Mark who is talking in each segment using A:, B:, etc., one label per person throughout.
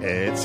A: It's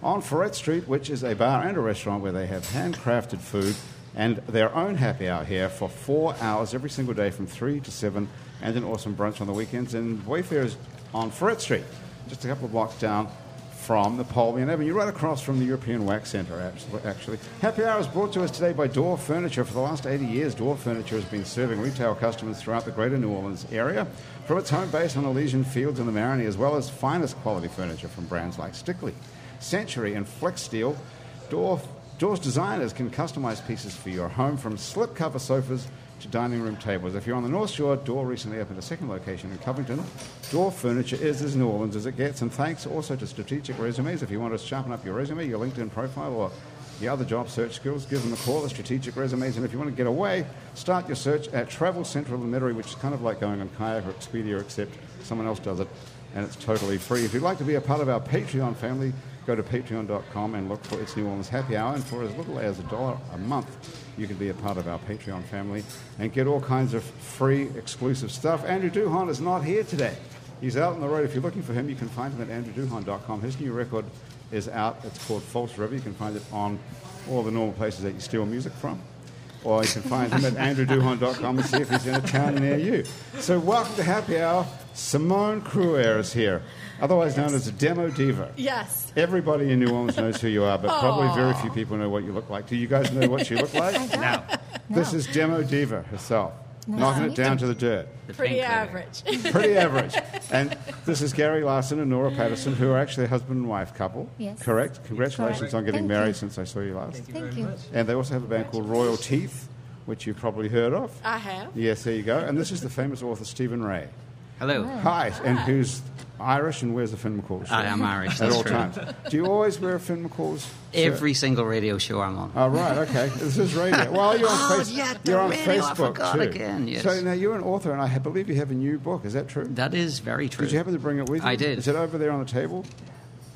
A: on Ferret Street, which is a bar and a restaurant where they have handcrafted food and their own happy hour here for four hours every single day from 3 to 7 and an awesome brunch on the weekends. And Wayfair is on Ferret Street, just a couple of blocks down from Napoleon Avenue, right across from the European Wax Centre, abs- actually. Happy Hour is brought to us today by Door Furniture. For the last 80 years, Door Furniture has been serving retail customers throughout the greater New Orleans area, from its home base on Elysian Fields in the Marigny, as well as finest quality furniture from brands like Stickley, Century, and Flex Steel. Door, Doors designers can customize pieces for your home from slipcover sofas to dining room tables. If you're on the North Shore, Door recently opened a second location in Covington. Door Furniture is as New Orleans as it gets. And thanks also to Strategic Resumes. If you want to sharpen up your resume, your LinkedIn profile, or your other job search skills, give them a call at Strategic Resumes. And if you want to get away, start your search at Travel Central in Metairie, which is kind of like going on kayak or Expedia, except someone else does it and it's totally free. If you'd like to be a part of our Patreon family, go to patreon.com and look for It's New Orleans Happy Hour. And for as little as a dollar a month, you can be a part of our Patreon family and get all kinds of free exclusive stuff. Andrew Duhon is not here today. He's out on the road. If you're looking for him, you can find him at andrewduhon.com. His new record is out. It's called False River. You can find it on all the normal places that you steal music from or you can find him at andrewduhon.com and see if he's in a town near you. So, welcome to Happy Hour. Simone Cruer is here, otherwise known as a Demo Diva.
B: Yes.
A: Everybody in New Orleans knows who you are, but probably very few people know what you look like. Do you guys know what you look like?
C: No.
A: This is Demo Diva herself, knocking it down to the dirt.
C: The
B: Pretty
C: pink lady.
B: average.
A: Pretty average. And this is Gary Larson and Nora Patterson, who are actually a husband and wife couple.
D: Yes.
A: Correct? Congratulations
D: Correct.
A: on getting
D: Thank
A: married
D: you.
A: since I saw you last.
D: Thank you.
A: And they also have a band called Royal Teeth, which you've probably heard of.
B: I have.
A: Yes, there you go. And this is the famous author Stephen Ray.
C: Hello.
A: Hi, and who's Irish and wears a Finn McCall shirt
C: I am Irish.
A: at
C: That's
A: all
C: true.
A: times. Do you always wear a Finn McCall's? shirt?
C: Every single radio show I'm on.
A: Oh, right, okay. This is radio. Well, you're on,
C: Oh,
A: face-
C: yeah, the
A: you're on
C: radio, I
A: Facebook
C: forgot
A: too.
C: again, yes.
A: So now you're an author, and I ha- believe you have a new book. Is that true?
C: that is very true.
A: Did you happen to bring it with you?
C: I did.
A: Is it over there on the table?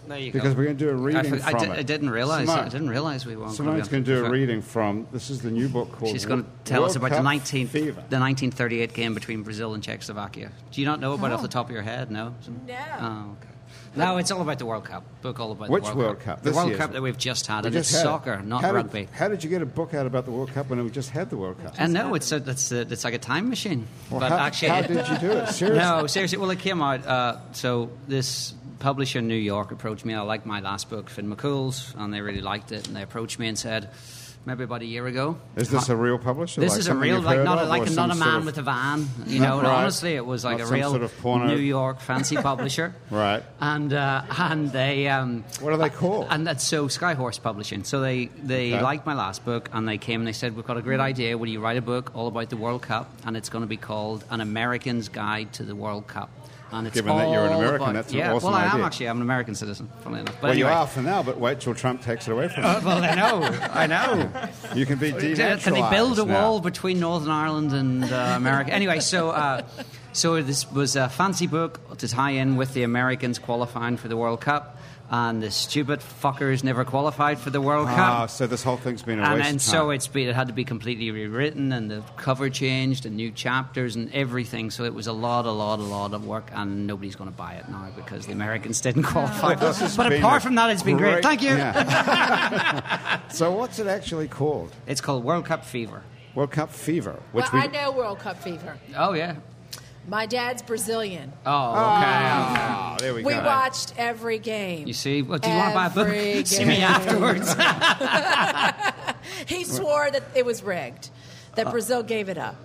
C: There you
A: Because
C: go.
A: we're going to do a
C: I,
A: reading
C: for- I
A: from
C: di-
A: it.
C: I didn't realize.
A: Simone,
C: I didn't realize we weren't. gonna be
A: Simone's
C: on-
A: going to do a
C: for-
A: reading from. This is the new book called.
C: She's going to
A: Wo-
C: tell us
A: World
C: about the
A: Cup
C: 19, the
A: Fever.
C: 1938 game between Brazil and Czechoslovakia. Do you not know about it off
A: Oh.
C: the top of your head? No.
B: No.
C: Oh, okay. No, it's all about the World Cup. Book all about
A: Which
C: the World,
A: World
C: Cup?
A: Cup?
C: The
A: This
C: World
A: year's
C: Cup
A: one.
C: that we've just had,
A: We
C: and
A: just
C: it's
A: had it.
C: soccer, not
A: how
C: rugby.
A: Did, how did you get a book out about the World Cup when we just had the World Cup?
C: and no, it's a, that's a, it's like a time machine.
A: Well,
C: but
A: how,
C: actually,
A: how
C: it-
A: did you do it? Seriously?
C: No, seriously. Well, it came out. Uh, so this publisher in New York approached me. I liked my last book, Finn McCool's, and they really liked it. And they approached me and said, maybe about a year ago.
A: Is this
C: uh,
A: a real publisher?
C: This
A: Like
C: is a
A: something
C: real,
A: you've
C: like
A: heard
C: not a,
A: of, or
C: like
A: some
C: not a
A: sort
C: man
A: of-
C: with a van, you
A: Not
C: know. and
A: right.
C: honestly, it was like
A: Not
C: a
A: some
C: real
A: sort of porno-
C: New York fancy publisher,
A: Right.
C: And uh, and they um,
A: What are they called?
C: And that's so Skyhorse Publishing. So they they
A: Okay. Hmm.
C: liked my last book, and they came and they said, "We've got a great idea. Will you write a book all about the World Cup? And it's going to be called An American's Guide to the World Cup." And it's
A: Given that you're an
C: all
A: American,
C: about-
A: that's an
C: yeah.
A: awesome
C: well, I am
A: idea.
C: actually. I'm an American citizen, funnily enough. But
A: well,
C: anyway.
A: you are for now, but wait till Trump takes it away from you.
C: Well, I know. I know.
A: You can be denaturalized.
C: Can they build a
A: now.
C: wall between Northern Ireland and uh, America? anyway, so uh, so this was a fancy book to tie in with the Americans qualifying for the World Cup, and the stupid fuckers never qualified for the World
A: Ah,
C: Cup.
A: so this whole thing's been a
C: And,
A: waste
C: and
A: of
C: so
A: time.
C: it's be, it had to be completely rewritten, and the cover changed, and new chapters, and everything. So it was a lot, a lot, a lot of work, and nobody's going to buy it now because the Americans didn't qualify.
A: This has
C: but
A: been
C: apart
A: a
C: from that, it's been great. Thank you.
A: yeah. so what's it actually called?
C: It's called World Cup Fever.
A: World Cup Fever, which
B: Well,
A: we
B: I know World Cup fever.
C: Oh yeah.
B: My dad's Brazilian.
C: Oh, okay.
A: Ah, there we,
B: We
A: go.
B: watched every game.
C: You see, well, do you want to buy a book?
B: Every
C: See me
B: game.
C: afterwards.
B: He swore that it was rigged,
C: Uh,
B: that Brazil gave it up.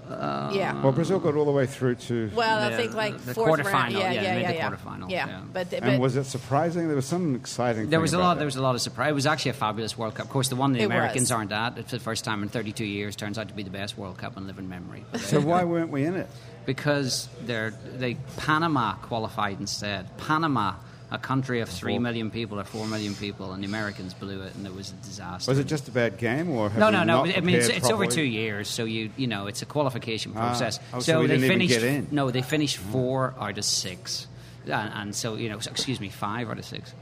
B: yeah.
A: Well, Brazil got all the way through to.
B: Well, I
C: The-
B: think like
C: the
B: fourth round. Yeah,
C: quarterfinal, yeah,
B: yeah,
C: they made
B: yeah,
C: the
B: yeah.
C: quarterfinal,
B: Yeah,
C: yeah.
B: but, but
A: and was it surprising? There was some exciting.
C: there
A: thing
C: was a
A: about
C: lot.
A: that.
C: There was a lot of surprise. It was actually a fabulous World Cup. Of course, the one the
B: It
C: Americans
B: was.
C: aren't at. It's the first time in 32 years. Turns out to be the best World Cup in living memory. But
A: So why weren't we in it?
C: because they're, they Panama qualified instead. Panama a country of three million people or four million people, and the Americans blew it, and it was a disaster.
A: Was it just a bad game, or have
C: no,
A: you
C: no, no.
A: not
C: I mean, it's,
A: prepared
C: it's over two
A: properly?
C: years, so you you know it's a qualification process.
A: oh, so we
C: they
A: didn't even
C: finished.
A: get in. Ah.
C: No, they finished four out of six, and, and so you know, s- excuse me, five out of six.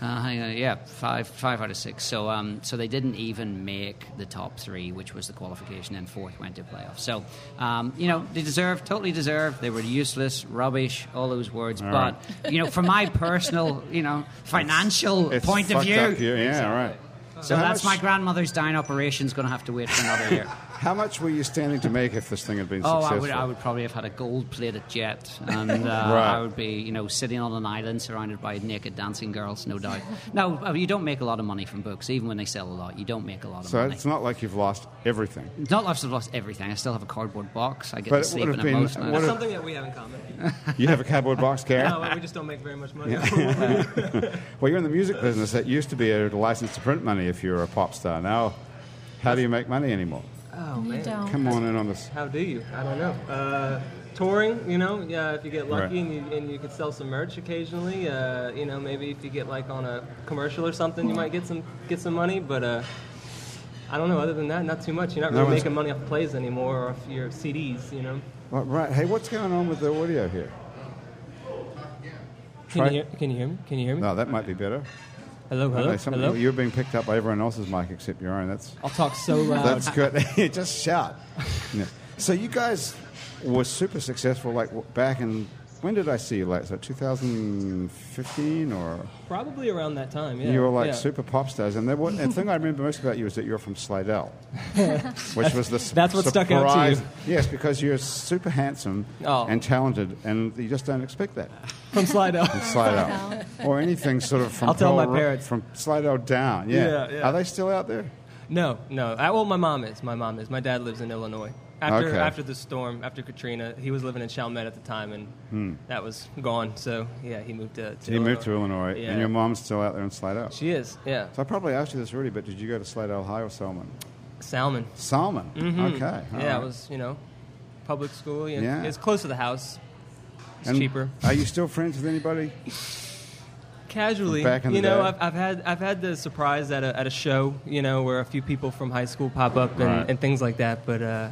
C: Uh, hang on, yeah, five five out of six. So um, so they didn't even make the top three, which was the qualification, and fourth went to playoffs. So um, you know they deserved, totally deserved. They were useless, rubbish, all those words. but you know, from my personal, you know, financial
A: It's
C: point of
A: fucked
C: view,
A: up here, Yeah, right.
C: so
A: how
C: that's my
A: much,
C: grandmother's dying operation's going to have to wait for another year.
A: How much were you standing to make if this thing had been
C: oh, I
A: successful?
C: would, I would probably have had a gold-plated jet, and uh, I would be, you know, sitting on an island surrounded by naked dancing girls, no doubt. No, uh, you don't make a lot of money from books, even when they sell a lot. You don't make a lot of
A: So
C: money.
A: it's not like you've lost everything.
C: It's not like I've lost everything. I still have a cardboard box. I get
A: But
C: to
A: it
C: sleep in
A: would have
C: it
A: been-
C: most nights.
A: would
D: That's
A: have-
D: something that we have in common.
A: You have a cardboard box, Karen?
D: No, we just don't make very much money.
A: Well, you're in the music business. That used to be a license to print money if you were a pop star. Now, how do you make money anymore?
D: oh man.
B: Don't.
A: Come on in on this.
D: How do you? I don't know. Uh, touring, you know, yeah, if you get lucky
A: Right.
D: and, you, and you could sell some merch occasionally, uh, you know, maybe if you get like on a commercial or something, you might get some get some money. But uh, I don't know. Other than that, not too much. You're not
A: No
D: really
A: one's-
D: making money off plays anymore or off your CDs. You know.
A: Right, right. Hey, what's going on with the audio here?
D: Can
A: Try-
D: you hear? Can you hear me? Can you hear me?
A: No, that might be better.
D: Hello, hello,
A: Okay, some-
D: hello.
A: You're being picked up by everyone else's mic except your own. That's
D: I'll talk so loud.
A: that's good. Just shout. Yeah. So you guys were super successful. Like w- back in when did I see you? Like so 2015 or
D: Probably around that time. Yeah.
A: you were like
D: yeah.
A: super pop stars. And, there were, and the thing I remember most about you is that you're from Slidell, which was the s-
D: That's what stuck out to you.
A: surprise- Yes, because you're super handsome
D: Oh.
A: and talented, and you just don't expect that.
D: from Slido.
A: Slidell or anything sort of from
D: I'll tell my
A: Colorado-
D: parents.
A: from Slidell down. Yeah.
D: Yeah, yeah.
A: are they still out there?
D: No, no. I, well, my mom is. My mom is. My dad lives in Illinois. After
A: Okay.
D: after the storm, after Katrina, he was living in Chalmette at the time, and that was gone. So yeah, he moved to. to
A: So you Hmm. moved to Illinois,
D: Yeah.
A: and your mom's still out there in Slidell.
D: She is. Yeah,
A: So I probably asked you this already, but did you go to Slidell High or Salmon?
D: Salmon.
A: Salmon. Okay. all
D: Mm-hmm. yeah,
A: right.
D: it was you know, public school. Yeah,
A: Yeah.
D: it's close to the house. It's
A: And
D: cheaper.
A: Are you still friends with anybody?
D: Casually,
A: Back in the
D: you know,
A: day.
D: I've, I've had I've had the surprise at a at a show, you know, where a few people from high school pop up and,
A: Right.
D: and things like that. But uh,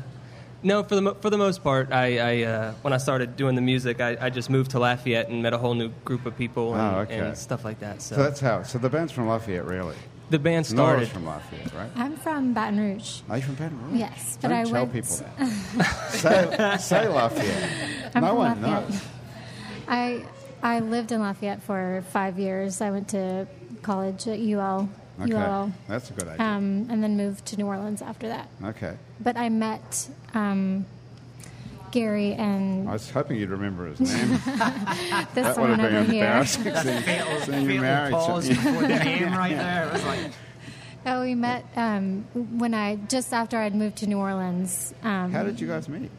D: no, for the mo- for the most part, I, I uh, when I started doing the music, I, I just moved to Lafayette and met a whole new group of people and,
A: Oh, okay.
D: and stuff like that. So,
A: So that's how. So the band's from Lafayette, really.
D: the band started.
A: Nora's from Lafayette, right?
E: I'm from Baton Rouge.
A: Are you from Baton Rouge?
E: Yes, but
A: Don't
E: I
A: tell
E: went-
A: people that. say, say Lafayette.
E: I'm
A: no
E: from
A: one
E: Lafayette.
A: knows.
E: I I lived in Lafayette for five years. I went to college at UL,
A: Okay,
E: ULL,
A: that's a good idea.
E: um, and then moved to New Orleans after that.
A: okay,
E: But I met um, Gary and
A: I was hoping you'd remember his name.
E: this
A: Oh, that would
E: one
A: have been
E: over here.
A: embarrassing. seeing, seeing you
C: Fatal
A: married.
C: pause
A: to-
C: before the name right there. It was like,
E: Oh, we met um, when I just after I'd moved to New Orleans. Um,
A: How did you guys meet?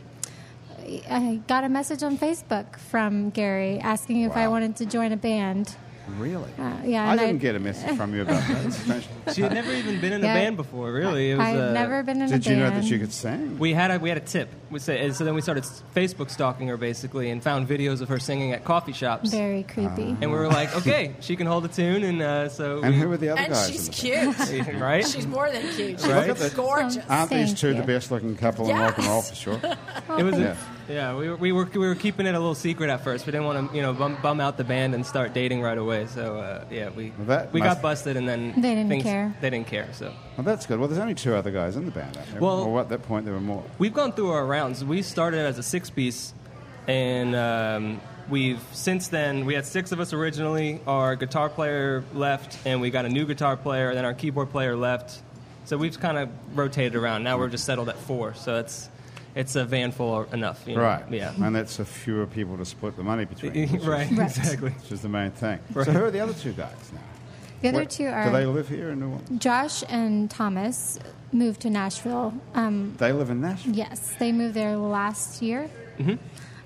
E: I got a message on Facebook from Gary asking if I
A: Wow.
E: wanted to join a band.
A: Really?
E: Uh, yeah,
A: I
E: and
A: didn't get a message from you about that. It's strange.
D: She had never even been in
E: Yeah.
D: a band before, really. It was,
E: I've
D: uh,
E: never been in a um, band.
A: Did you know that you could sing?
D: We had a we had a tip. We say, and so then we started s- Facebook stalking her basically, and found videos of her singing at coffee shops.
E: Very creepy.
A: Uh,
D: And we were like, okay, she can hold a tune, and uh, so
A: and
D: we-
A: who were the other
B: And
A: guys?
B: she's
A: in the
B: cute.
D: right?
B: She's more than cute. She's
D: Right?
B: gorgeous.
E: Um,
A: Aren't these
E: Thank
A: two the
E: you.
A: best looking couple in rock and roll for sure?
D: It was
A: Yeah.
D: a, yeah. We were, we were we were keeping it a little secret at first. We didn't want to you know bum, bum out the band and start dating right away. So uh, yeah, we
A: Well, that
D: we
A: must-
D: got busted and then
E: They didn't
D: things-
E: care.
D: They didn't care. So
A: Well, that's good. Well, there's only two other guys in the band. aren't there?
D: Well-
A: or at that point there were more.
D: we've gone through our rounds. We started as a six piece, and um, we've since then we had six of us originally. Our guitar player left, and we got a new guitar player, and then our keyboard player left. So we've kind of rotated around. Now we're just settled at four. So it's it's a van full enough. You know?
A: Right.
D: Yeah.
A: And that's a fewer people to split the money between. which is-
D: right.
E: Right.
D: Exactly.
A: Which is the main thing.
D: Right.
A: So who are the other two guys now?
E: The other
A: Where-
E: two
A: Do they
E: are
A: live here in New Orleans?
E: Josh and Thomas moved to Nashville. Um,
A: They live in Nashville.
E: yes, they moved there last year.
A: Mm-hmm.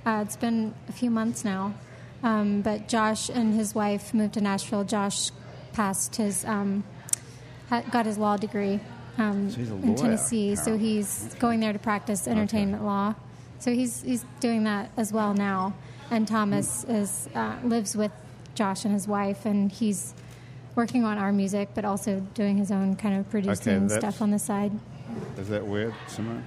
E: Uh, it's been a few months now. Um, but Josh and his wife moved to Nashville. Josh passed his, um, ha- got his law degree um,
A: So he's a lawyer,
E: in Tennessee. So
A: apparently.
E: he's going there to practice entertainment law.
A: Mm-hmm.
E: So he's, he's doing that as well now. And Thomas is, uh, lives with Josh and his wife, and he's working on our music, but also doing his own kind of producing
A: that's-
E: stuff on the side.
A: Is that weird, Simone?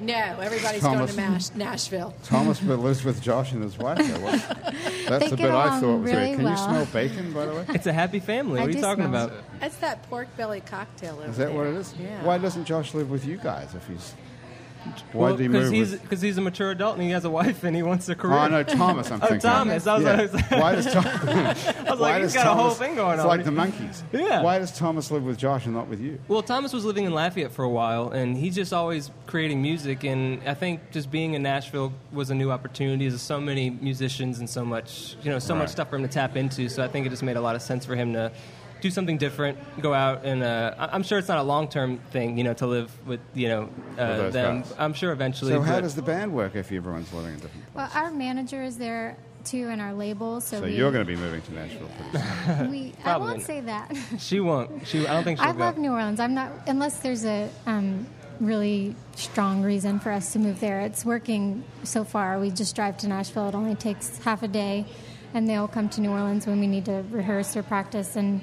B: No, everybody's going
A: Thomas.
B: to Mash- Nashville.
A: Thomas but lives with Josh and his wife. though. What- That's
E: They
A: the
E: get
A: bit I
E: along
A: thought was
E: really
A: weird. Can you
E: well.
A: smell bacon, by the way?
D: It's a happy family.
E: I
D: What are you
E: do
D: talking
E: smell
D: about?
B: That's that pork belly cocktail over
A: Is that what
B: there.
A: it is?
B: Yeah.
A: Why doesn't Josh live with you guys if he's? Why did he
D: Because
A: move?
D: he's,
A: With...
D: 'cause he's a mature adult and he has a wife and he wants a career.
A: Oh, no, Thomas. I'm thinking. of.
D: Thomas, I was- I was-
A: Why does Thomas?
D: I was like, he's got a whole thing going
A: it's
D: on.
A: like the monkeys.
D: Yeah.
A: Why does Thomas live with Josh and not with you?
D: Well, Thomas was living in Lafayette for a while, and he's just always creating music. And I think just being in Nashville was a new opportunity. There's so many musicians and so much, you know, so
A: Right.
D: much stuff for him to tap into. So I think it just made a lot of sense for him to do something different, go out, and uh, I- I'm sure it's not a long term thing, you know, to live with, you know, uh,
A: those
D: them.
A: guys.
D: I'm sure eventually.
A: So how
D: but-
A: does the band work if everyone's living in different?
E: Well, our manager is there too, and our label. So,
A: So
E: we,
A: you're going to be moving to Nashville pretty soon.
E: we I
D: Probably
E: won't
D: not.
E: say that.
D: she won't? She, I don't think she'll
E: I
D: go.
E: love New Orleans. I'm not unless there's a um, really strong reason for us to move there. It's working so far. We just drive to Nashville. It only takes half a day, and they'll come to New Orleans when we need to rehearse or practice, and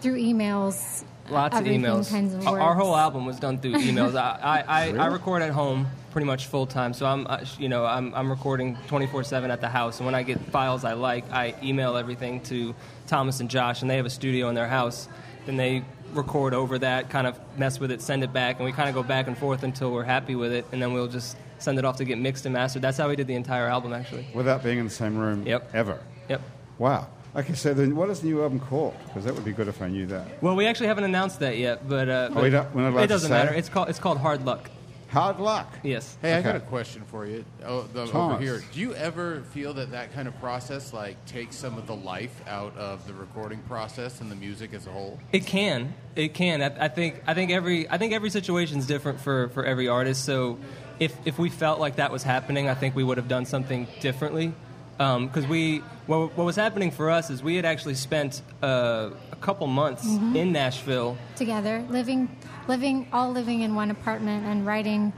E: through emails.
D: Lots of
E: everything
D: emails.
E: Kinds of
D: Our- Our
E: works.
D: whole album was done through emails. I, I, I, I record at home pretty much full time, so I'm uh, you know I'm, I'm recording 24 seven at the house. And when I get files I like, I email everything to Thomas and Josh, and they have a studio in their house. Then they record over that, kind of mess with it, send it back, and we kind of go back and forth until we're happy with it, and then we'll just send it off to get mixed and mastered. That's how we did the entire album, actually.
A: without being in the same room
D: Yep.
A: ever.
D: Yep.
A: Wow. Okay, so then what is the new album called? Because that would be good if I knew that.
D: Well, we actually haven't announced that yet, but, uh,
A: Oh, we don't- we're not allowed
D: it
A: to
D: doesn't
A: say?
D: matter. It's called it's called Hard Luck.
A: Hard luck.
D: Yes.
F: Hey, I got a
A: Okay.
F: question for you. Oh, the,
A: Thomas.
F: over here. Do you ever feel that that kind of process like takes some of the life out of the recording process and the music as a whole?
D: It can. It can. I, I think. I think every. I think every situation is different for, for every artist. So, if if we felt like that was happening, I think we would have done something differently. Because we what, what was happening for us is we had actually spent uh, a couple months in Nashville.
E: together, living, living, all living in one apartment and writing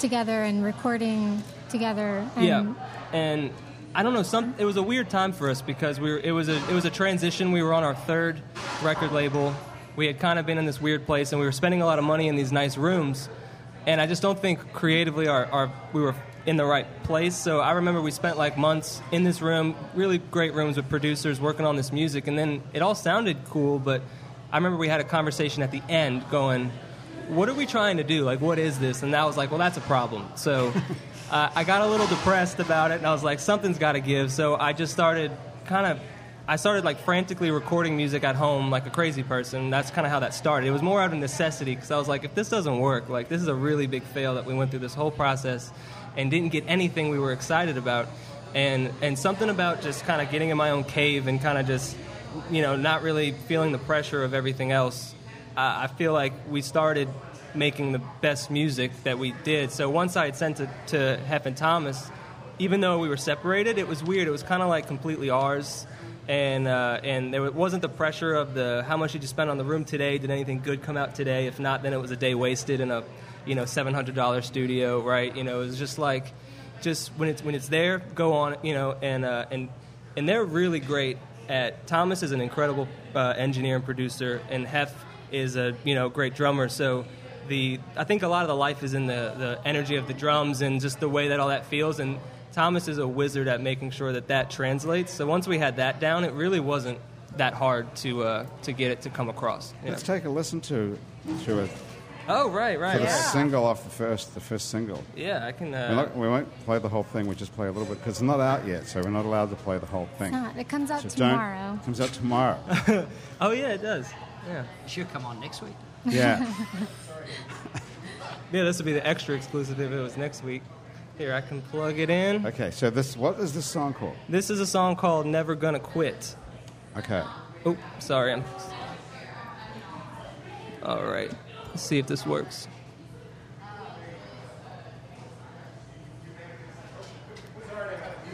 E: together and recording together. And
D: yeah, and I don't know. Some it was a weird time for us because we were, it was a it was a transition. We were on our third record label. We had kind of been in this weird place, and we were spending a lot of money in these nice rooms. And I just don't think creatively our, our we were in the right place. So I remember we spent like months in this room, really great rooms with producers working on this music, and then it all sounded cool. But I remember we had a conversation at the end going what are we trying to do? Like, what is this? And I was like, well, that's a problem. So uh, I got a little depressed about it, and I was like, something's got to give. So I just started kind of, I started like frantically recording music at home like a crazy person. That's kind of how that started. It was more out of necessity because I was like, if this doesn't work, like, this is a really big fail that we went through this whole process and didn't get anything we were excited about. And, and something about just kind of getting in my own cave and kind of just, you know, not really feeling the pressure of everything else I I feel like we started making the best music that we did. So once I had sent it to Hef and Thomas, even though we were separated, it was weird. It was kind of like completely ours, and uh, and there wasn't the pressure of the how much did you spend on the room today? Did anything good come out today? If not, then it was a day wasted in a you know seven hundred dollar studio, right? You know, it was just like just when it's when it's there, go on, you know, and uh, and and they're really great at Thomas is an incredible uh, engineer and producer, and Hef is a you know great drummer. So the I think a lot of the life is in the the energy of the drums and just the way that all that feels. And Thomas is a wizard at making sure that that translates. So once we had that down, it really wasn't that hard to uh, to get it to come across. you know.
A: Let's take a listen to to it
D: Oh right, right,
A: for the
D: yeah.
A: single off the first the first single.
D: Yeah, I can.
A: We're
D: Uh,
A: not, we won't play the whole thing. We just play a little bit because it's not out yet, so we're not allowed to play the whole thing.
E: Not. It comes out
A: So don't-
E: tomorrow.
A: comes out tomorrow.
D: oh yeah, it does. Yeah,
C: Sure, come on next week.
A: yeah.
D: yeah. This would be the extra exclusive if it was next week. Here, I can plug it in.
A: Okay. So this what is this song called?
D: This is a song called Never Gonna Quit.
A: Okay.
D: Oh, sorry. I'm... All right. Let's see if this works.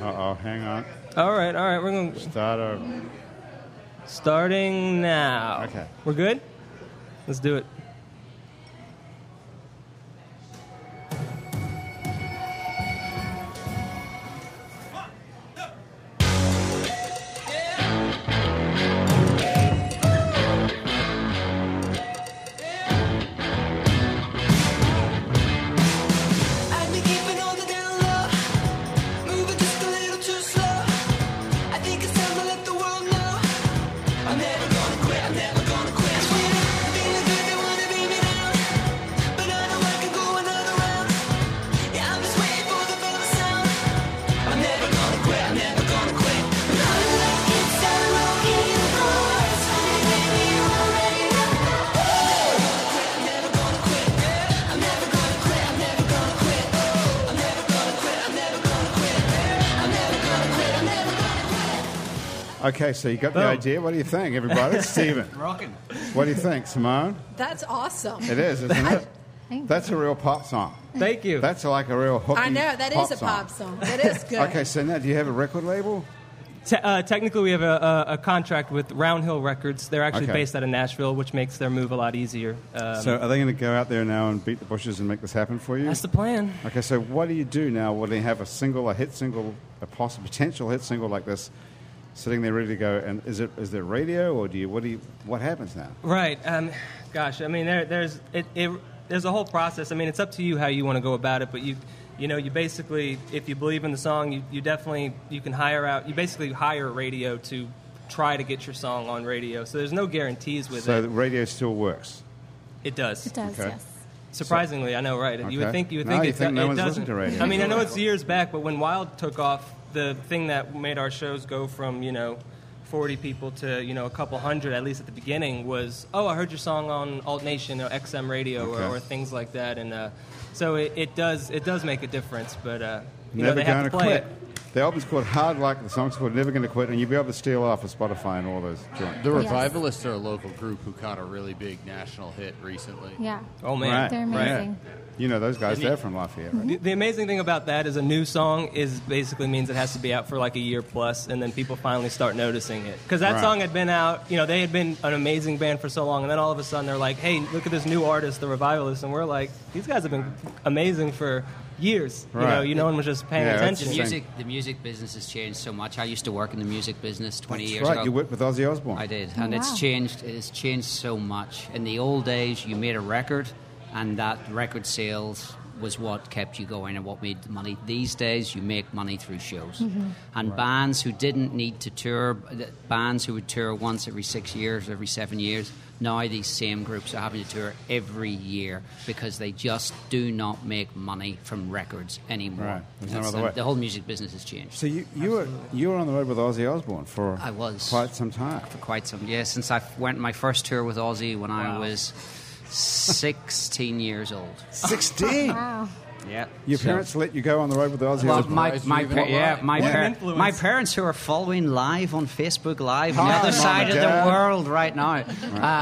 A: Uh oh. Hang on.
D: All right, all right. We're going to
A: Start over.
D: starting now.
A: Okay.
D: We're good? Let's do it.
G: Yeah.
A: Okay, so you got the
D: Oh.
A: idea. What do you think, everybody? Stephen,
C: Rocking.
A: what do you think, Simone?
B: That's awesome.
A: It is, isn't it?
E: Thank
A: That's a real pop song.
D: Thank you.
A: That's like a real hook.
B: I know that is a pop song. That is good.
A: Okay, so now do you have a record label?
D: Te- uh, technically, we have a, a, a contract with Round Hill Records. They're actually
A: Okay.
D: based out of Nashville, which makes their move a lot easier. Um,
A: so are they going to go out there now and beat the bushes and make this happen for you?
D: that's the plan.
A: okay, so what do you do now when you have a single, a hit single, a possible potential hit single like this? Sitting there ready to go, and is it is there radio or do you what do you what happens now?
D: Right. Um, gosh, I mean, there, there's it, it, there's a whole process. I mean, it's up to you how you want to go about it, but you you know you basically if you believe in the song, you, you definitely you can hire out. You basically hire radio to try to get your song on radio. So there's no guarantees with
A: So
D: it.
A: the radio still works.
D: it does.
E: It does,
A: Okay.
E: yes.
D: Surprisingly, I know, right? You
A: Okay.
D: would think you would
A: No,
D: think,
A: you
D: it,
A: think no
D: it
A: one's
D: doesn't.
A: listened to radio.
D: I mean, I know it's years back, but when Wild took off, the thing that made our shows go from you know. 40 people to you know a couple hundred at least at the beginning was oh I heard your song on Alt Nation or XM radio
A: Okay.
D: or, or things like that and uh, so it, it does it does make a difference but uh, you know
A: Never
D: they
A: gonna
D: have to play
A: quit.
D: it
A: The album's called Hard Luck. The song's called Never Gonna Quit, and you'll be able to steal off of Spotify and all those joints.
F: The Revivalists are a local group who caught a really big national hit recently.
E: Yeah.
D: oh man
A: Right,
E: They're
A: right.
E: amazing.
A: You know those guys.
D: And you-
A: They're from Lafayette. Right?
D: The, the amazing thing about that is a new song is basically means it has to be out for like a year plus, and then people finally start noticing it. Because that
A: Right.
D: song had been out, you know, they had been an amazing band for so long, and then all of a sudden they're like, "Hey, look at this new artist, the Revivalists," and we're like, "These guys have been amazing for years." You know,
A: Right.
D: you know, and was just paying
A: Yeah, that's
D: attention.
A: the
C: The
A: Same.
C: music, the music business has changed so much. I used to work in the music business 20 years
A: right,
C: ago.
A: you worked with Ozzy Osbourne.
C: I did, and it's
E: wow.
C: changed. It has changed so much. In the old days, you made a record, and that record sales was what kept you going and what made the money. These days, you make money through shows,
E: Mm-hmm.
C: and bands who didn't need to tour, th- bands who would tour once every six years, every seven years. Now these same groups are having to tour every year because they just do not make money from records anymore.
A: Right. There's no
C: That's-
A: other way.
C: The whole music business has changed.
A: So you, you were you were on the road with Ozzy Osbourne for
C: I was.
A: quite some time.
C: for quite some yeah since I went my first tour with Ozzy when I
D: Wow.
C: was 16 years old.
A: Sixteen.
E: Wow.
C: Yeah.
A: Your parents let you go on the road with Ozzy
C: well,
A: Osbourne.
C: my
F: Surprised
C: my
F: you even
C: par-
F: alive.
C: yeah my
D: What an
C: par-
D: influence.
C: my parents who are following live on Facebook Live on the
A: Hi,
C: other
A: Mom
C: side
A: and
C: of
A: Dad.
C: the world right now.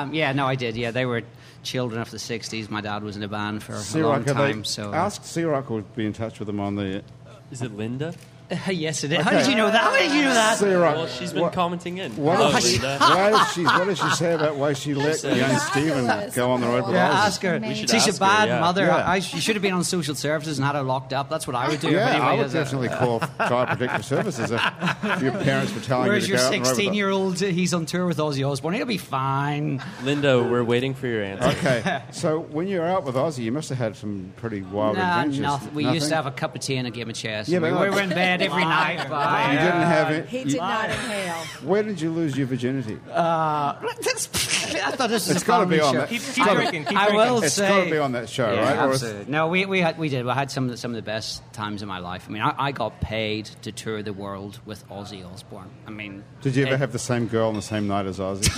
C: Um, yeah, no, I did. Yeah, they were children of the 60s. My dad was in a band for a long
A: C-Rock, are
C: time.
A: they,
C: so uh,
A: ask C-Rock will be in touch with them on the
G: Is it Linda?
C: yes, it is. How did you know that? How did you know that?
A: C-Rock.
G: Well, she's been
A: what,
G: commenting in.
A: what
G: Hello,
A: does she,
G: Linda.
A: why does she, what does she say about why she let
G: Yes,
A: young
G: yes.
A: Stephen go on the road with
C: Yeah,
A: Ozzy?
C: ask her.
E: We should
C: She's
G: ask
C: a
G: her,
C: bad
G: yeah.
C: mother.
A: Yeah.
C: I, she should have been on social services and had her locked up. That's what I would do.
A: Yeah,
C: But anyway,
A: I would
C: that's a-
A: definitely call Child Protective Services if, if your parents were telling
C: Whereas
A: you
C: your
A: to go out and road with
C: 16
A: them.
C: year old, he's on tour with Ozzy Osbourne. He'll be fine.
G: Linda, we're waiting for your answer.
A: Okay, so when you were out with Ozzy, you must have had some pretty wild
C: Nah,
A: adventures.
C: nothing. We used
A: Nothing?
C: to have a cup of tea and a game of chess.
A: Yeah,
C: we,
A: but
C: we
A: look-
C: were in bed every night. but-
A: You didn't have it.
B: He
A: you-
B: did not inhale.
A: Where did you lose your virginity?
C: I thought this was
A: It's
C: a
A: gotta be
C: family
A: on
C: show.
A: that-
D: Keep- keep
C: I-
D: drinking, keep
C: I will
A: It's
C: say,
A: gotta be on that show,
C: yeah,
A: right? Or it's-
C: absolutely. No, we, we had we did. We had some of the, some of the best times of my life. I mean, I, I got paid to tour the world with Ozzy Osbourne. I mean,
A: Did you ever
C: it-
A: have the same girl on the same night as Ozzy?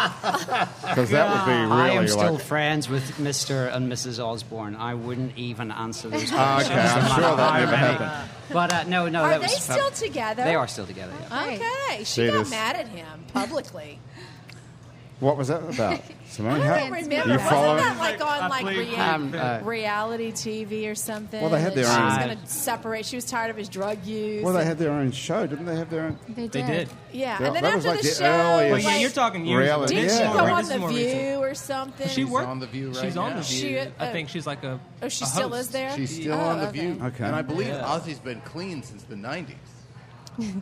A: Because that would be really
C: I am
A: like.
C: still friends with Mr. and Mrs. Osborne. I wouldn't even answer those questions.
A: Ah, okay, I'm
C: no matter
A: sure that
C: how
A: never
C: many.
A: happened.
C: But uh, no, no,
B: Are
C: that
B: they
C: was
B: still together?
C: They are still together. Yeah.
B: Okay, she
A: See
B: got
A: this?
B: mad at him publicly.
A: What was that about? Simone,
B: I
A: how,
B: don't remember.
A: you
B: Wasn't
A: follow?
B: that like on like
D: Athlete.
B: rea-
C: Um, uh,
B: reality TV or something?
A: Well, they
B: that
A: had their
B: She was
C: own-
B: going to separate. She was tired of his drug use.
A: Well, they
B: and-
A: had their own show, didn't they? Have their own.
E: They did.
D: they did
B: yeah,
A: That-
B: and then
A: that
B: after
A: was like
B: the,
A: the
B: show,
A: earliest-
D: well yeah
B: like,
D: you're talking years ago.
A: Reality.
B: Didn't
A: Yeah,
B: she go
A: right.
B: on
D: This is
B: the
D: more
B: View
D: recent.
B: or something?
D: she worked
F: on The View right
D: she's on
F: now.
D: the view
B: She-
D: I
B: uh,
D: think she's like a
B: Oh, she
D: a
B: still
D: host.
B: is there.
F: She's still
B: Oh,
F: on The
B: okay.
F: View.
A: Okay.
F: And I believe
D: Yeah.
F: Ozzy's been clean since the 90s.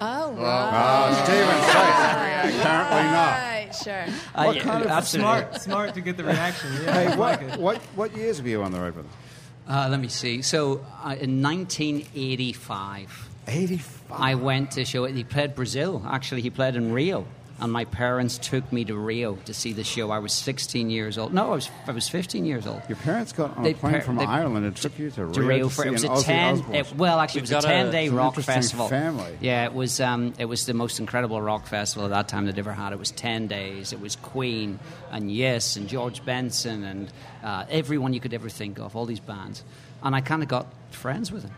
B: Oh, right.
A: Oh, Stephen's face. Apparently not.
B: Right, sure.
C: Uh,
A: What
C: yeah,
A: kind of-
C: absolutely.
D: smart smart to get the reaction yeah I
A: Hey,
D: like it.
A: what, what, what years were you on the road with them?
C: Uh, let me see. So uh, in 1985,
A: 85.
C: I went to show it. He played Brazil. Actually, he played in Rio. And my parents took me to Rio to see the show. I was 16 years old. No, I was I was 15 years old.
A: Your parents got on a
C: They
A: plane
C: par-
A: from
C: they-
A: Ireland and took you to Rio.
C: to Rio for
A: Oh, see
C: it was
A: an
C: a
A: Ozzy
C: ten.
A: Osbourne
C: It, well, actually,
G: We've
C: it was a
G: got a-
C: ten day
G: It's an
C: rock
A: interesting
C: festival.
A: family.
C: Yeah, it was. Um, it was the most incredible rock festival at that time they'd ever had. It was ten days. It was Queen and Yes and George Benson and uh, everyone you could ever think of. All these bands, and I kind of got friends with them.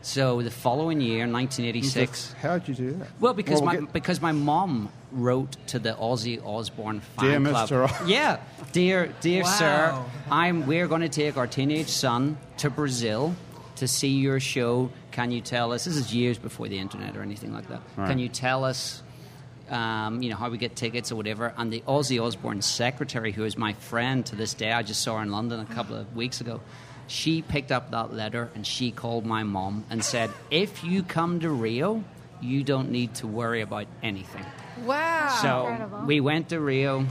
C: So the following year, 1986.
A: How'd you do that?
C: Well, because my
A: we'll get-
C: because my mom wrote to the Aussie Osborne fan
A: Dear
C: club.
A: Mr. Os-
C: Yeah, dear dear
H: Wow.
C: sir, I'm we're going to take our teenage son to Brazil to see your show. Can you tell us? This is years before the internet or anything like that.
A: Right.
C: Can you tell us? Um, you know how we get tickets or whatever, and the Aussie Osborne secretary, who is my friend to this day, I just saw her in London a couple of weeks ago. She picked up that letter and she called my mom and said, "If you come to Rio, you don't need to worry about anything."
B: Wow.
C: So
E: Incredible.
C: we went to Rio.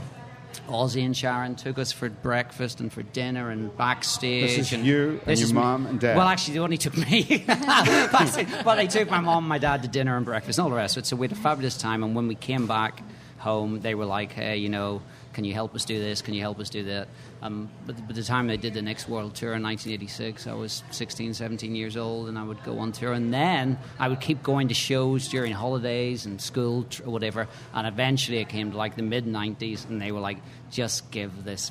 C: Aussie and Sharon took us for breakfast and for dinner and backstage.
A: This is
C: and
A: you and your
C: me.
A: mum and dad.
C: Well, actually, they only took me. Backstage. but they took my mom and my dad to dinner and breakfast and all the rest of it. So we had a fabulous time. And when we came back home, they were like, hey, you know, can you help us do this? Can you help us do that? Um, but by the time they did the next world tour in 1986, I was 16, 17 years old, and I would go on tour. And then I would keep going to shows during holidays and school tr- or whatever. And eventually it came to like the mid 90s, and they were like, just give this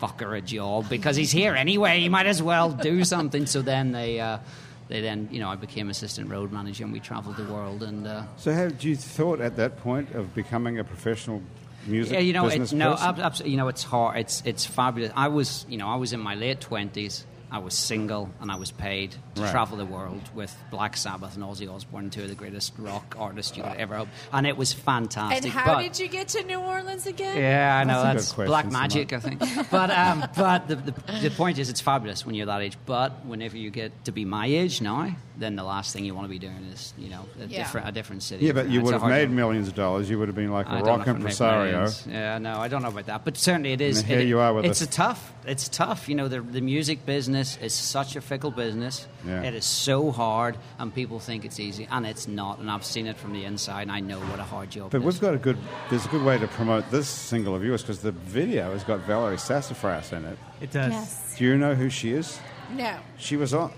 C: fucker a job because he's here anyway. He might as well do something. So then they, uh, they then you know I became assistant road manager and we travelled the world and uh,
A: So, had you thought at that point of becoming a professional music
C: yeah, you know
A: business
C: it, no
A: person?
C: ab- abs- you know it's hard it's it's fabulous. I was you know I was in my late twenties. I was single and I was paid to
A: Right.
C: travel the world with Black Sabbath and Ozzy Osbourne, two of the greatest rock artists you could ever hope, and it was fantastic.
B: and how
C: but-
B: did you get to New Orleans again?
C: Yeah, I know
A: That's
C: that's,
A: a good
C: black
A: question,
C: magic, I think. But um, but the, the the point is, it's fabulous when you're that age. But whenever you get to be my age now, then the last thing you want to be doing is you know a
B: Yeah.
C: different a different city.
A: yeah, but you
C: It's a
A: would have
C: hard
A: made
C: one.
A: millions of dollars. You would have been like
C: I
A: a
C: don't
A: rock
C: know if I'd make
A: impresario.
C: millions. Yeah, no, I don't know about that, but certainly it is.
A: And here
C: it-
A: you are with
C: it's
A: us.
C: a tough. It's tough. You know, the, the music business is such a fickle business.
A: Yeah.
C: It is so hard, and people think it's easy, and it's not. And I've seen it from the inside, and I know what a hard job.
A: But
C: it is.
A: we've got a good. There's a good way to promote this single of yours because the video has got Valerie Sassafras in it.
H: It does.
E: Yes.
A: Do you know who she is?
B: No.
A: She was on.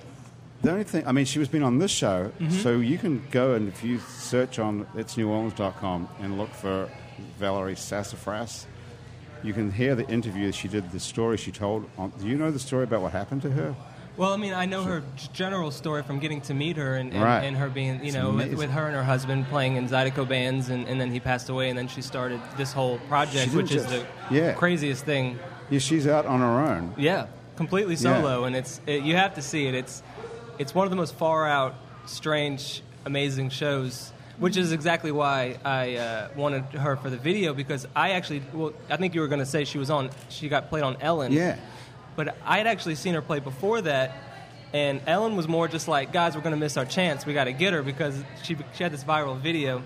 A: The only thing, I mean, she was been on this show,
D: Mm-hmm.
A: so you can go and if you search on itsneworleans.com and look for Valerie Sassafras, you can hear the interview that she did, the story she told. On, do you know the story about what happened to her?
D: Well, I mean, I know her g- general story from getting to meet her and, and,
A: Right.
D: and her being, you
A: It's
D: know, with,
A: amazing.
D: with her and her husband playing in Zydeco bands, and, and then he passed away, and then she started this whole project,
A: didn't
D: which is
A: just-
D: the
A: yeah.
D: craziest thing.
A: Yeah, she's out on her own.
D: Yeah, completely solo, and it's it, you have to see it. It's it's one of the most far out, strange, amazing shows. Which is exactly why I uh, wanted her for the video because I actually, well, I think you were going to say she was on, she got played on Ellen.
A: Yeah.
D: But I had actually seen her play before that, and Ellen was more just like, guys, we're going to miss our chance. We got to get her because she, she had this viral video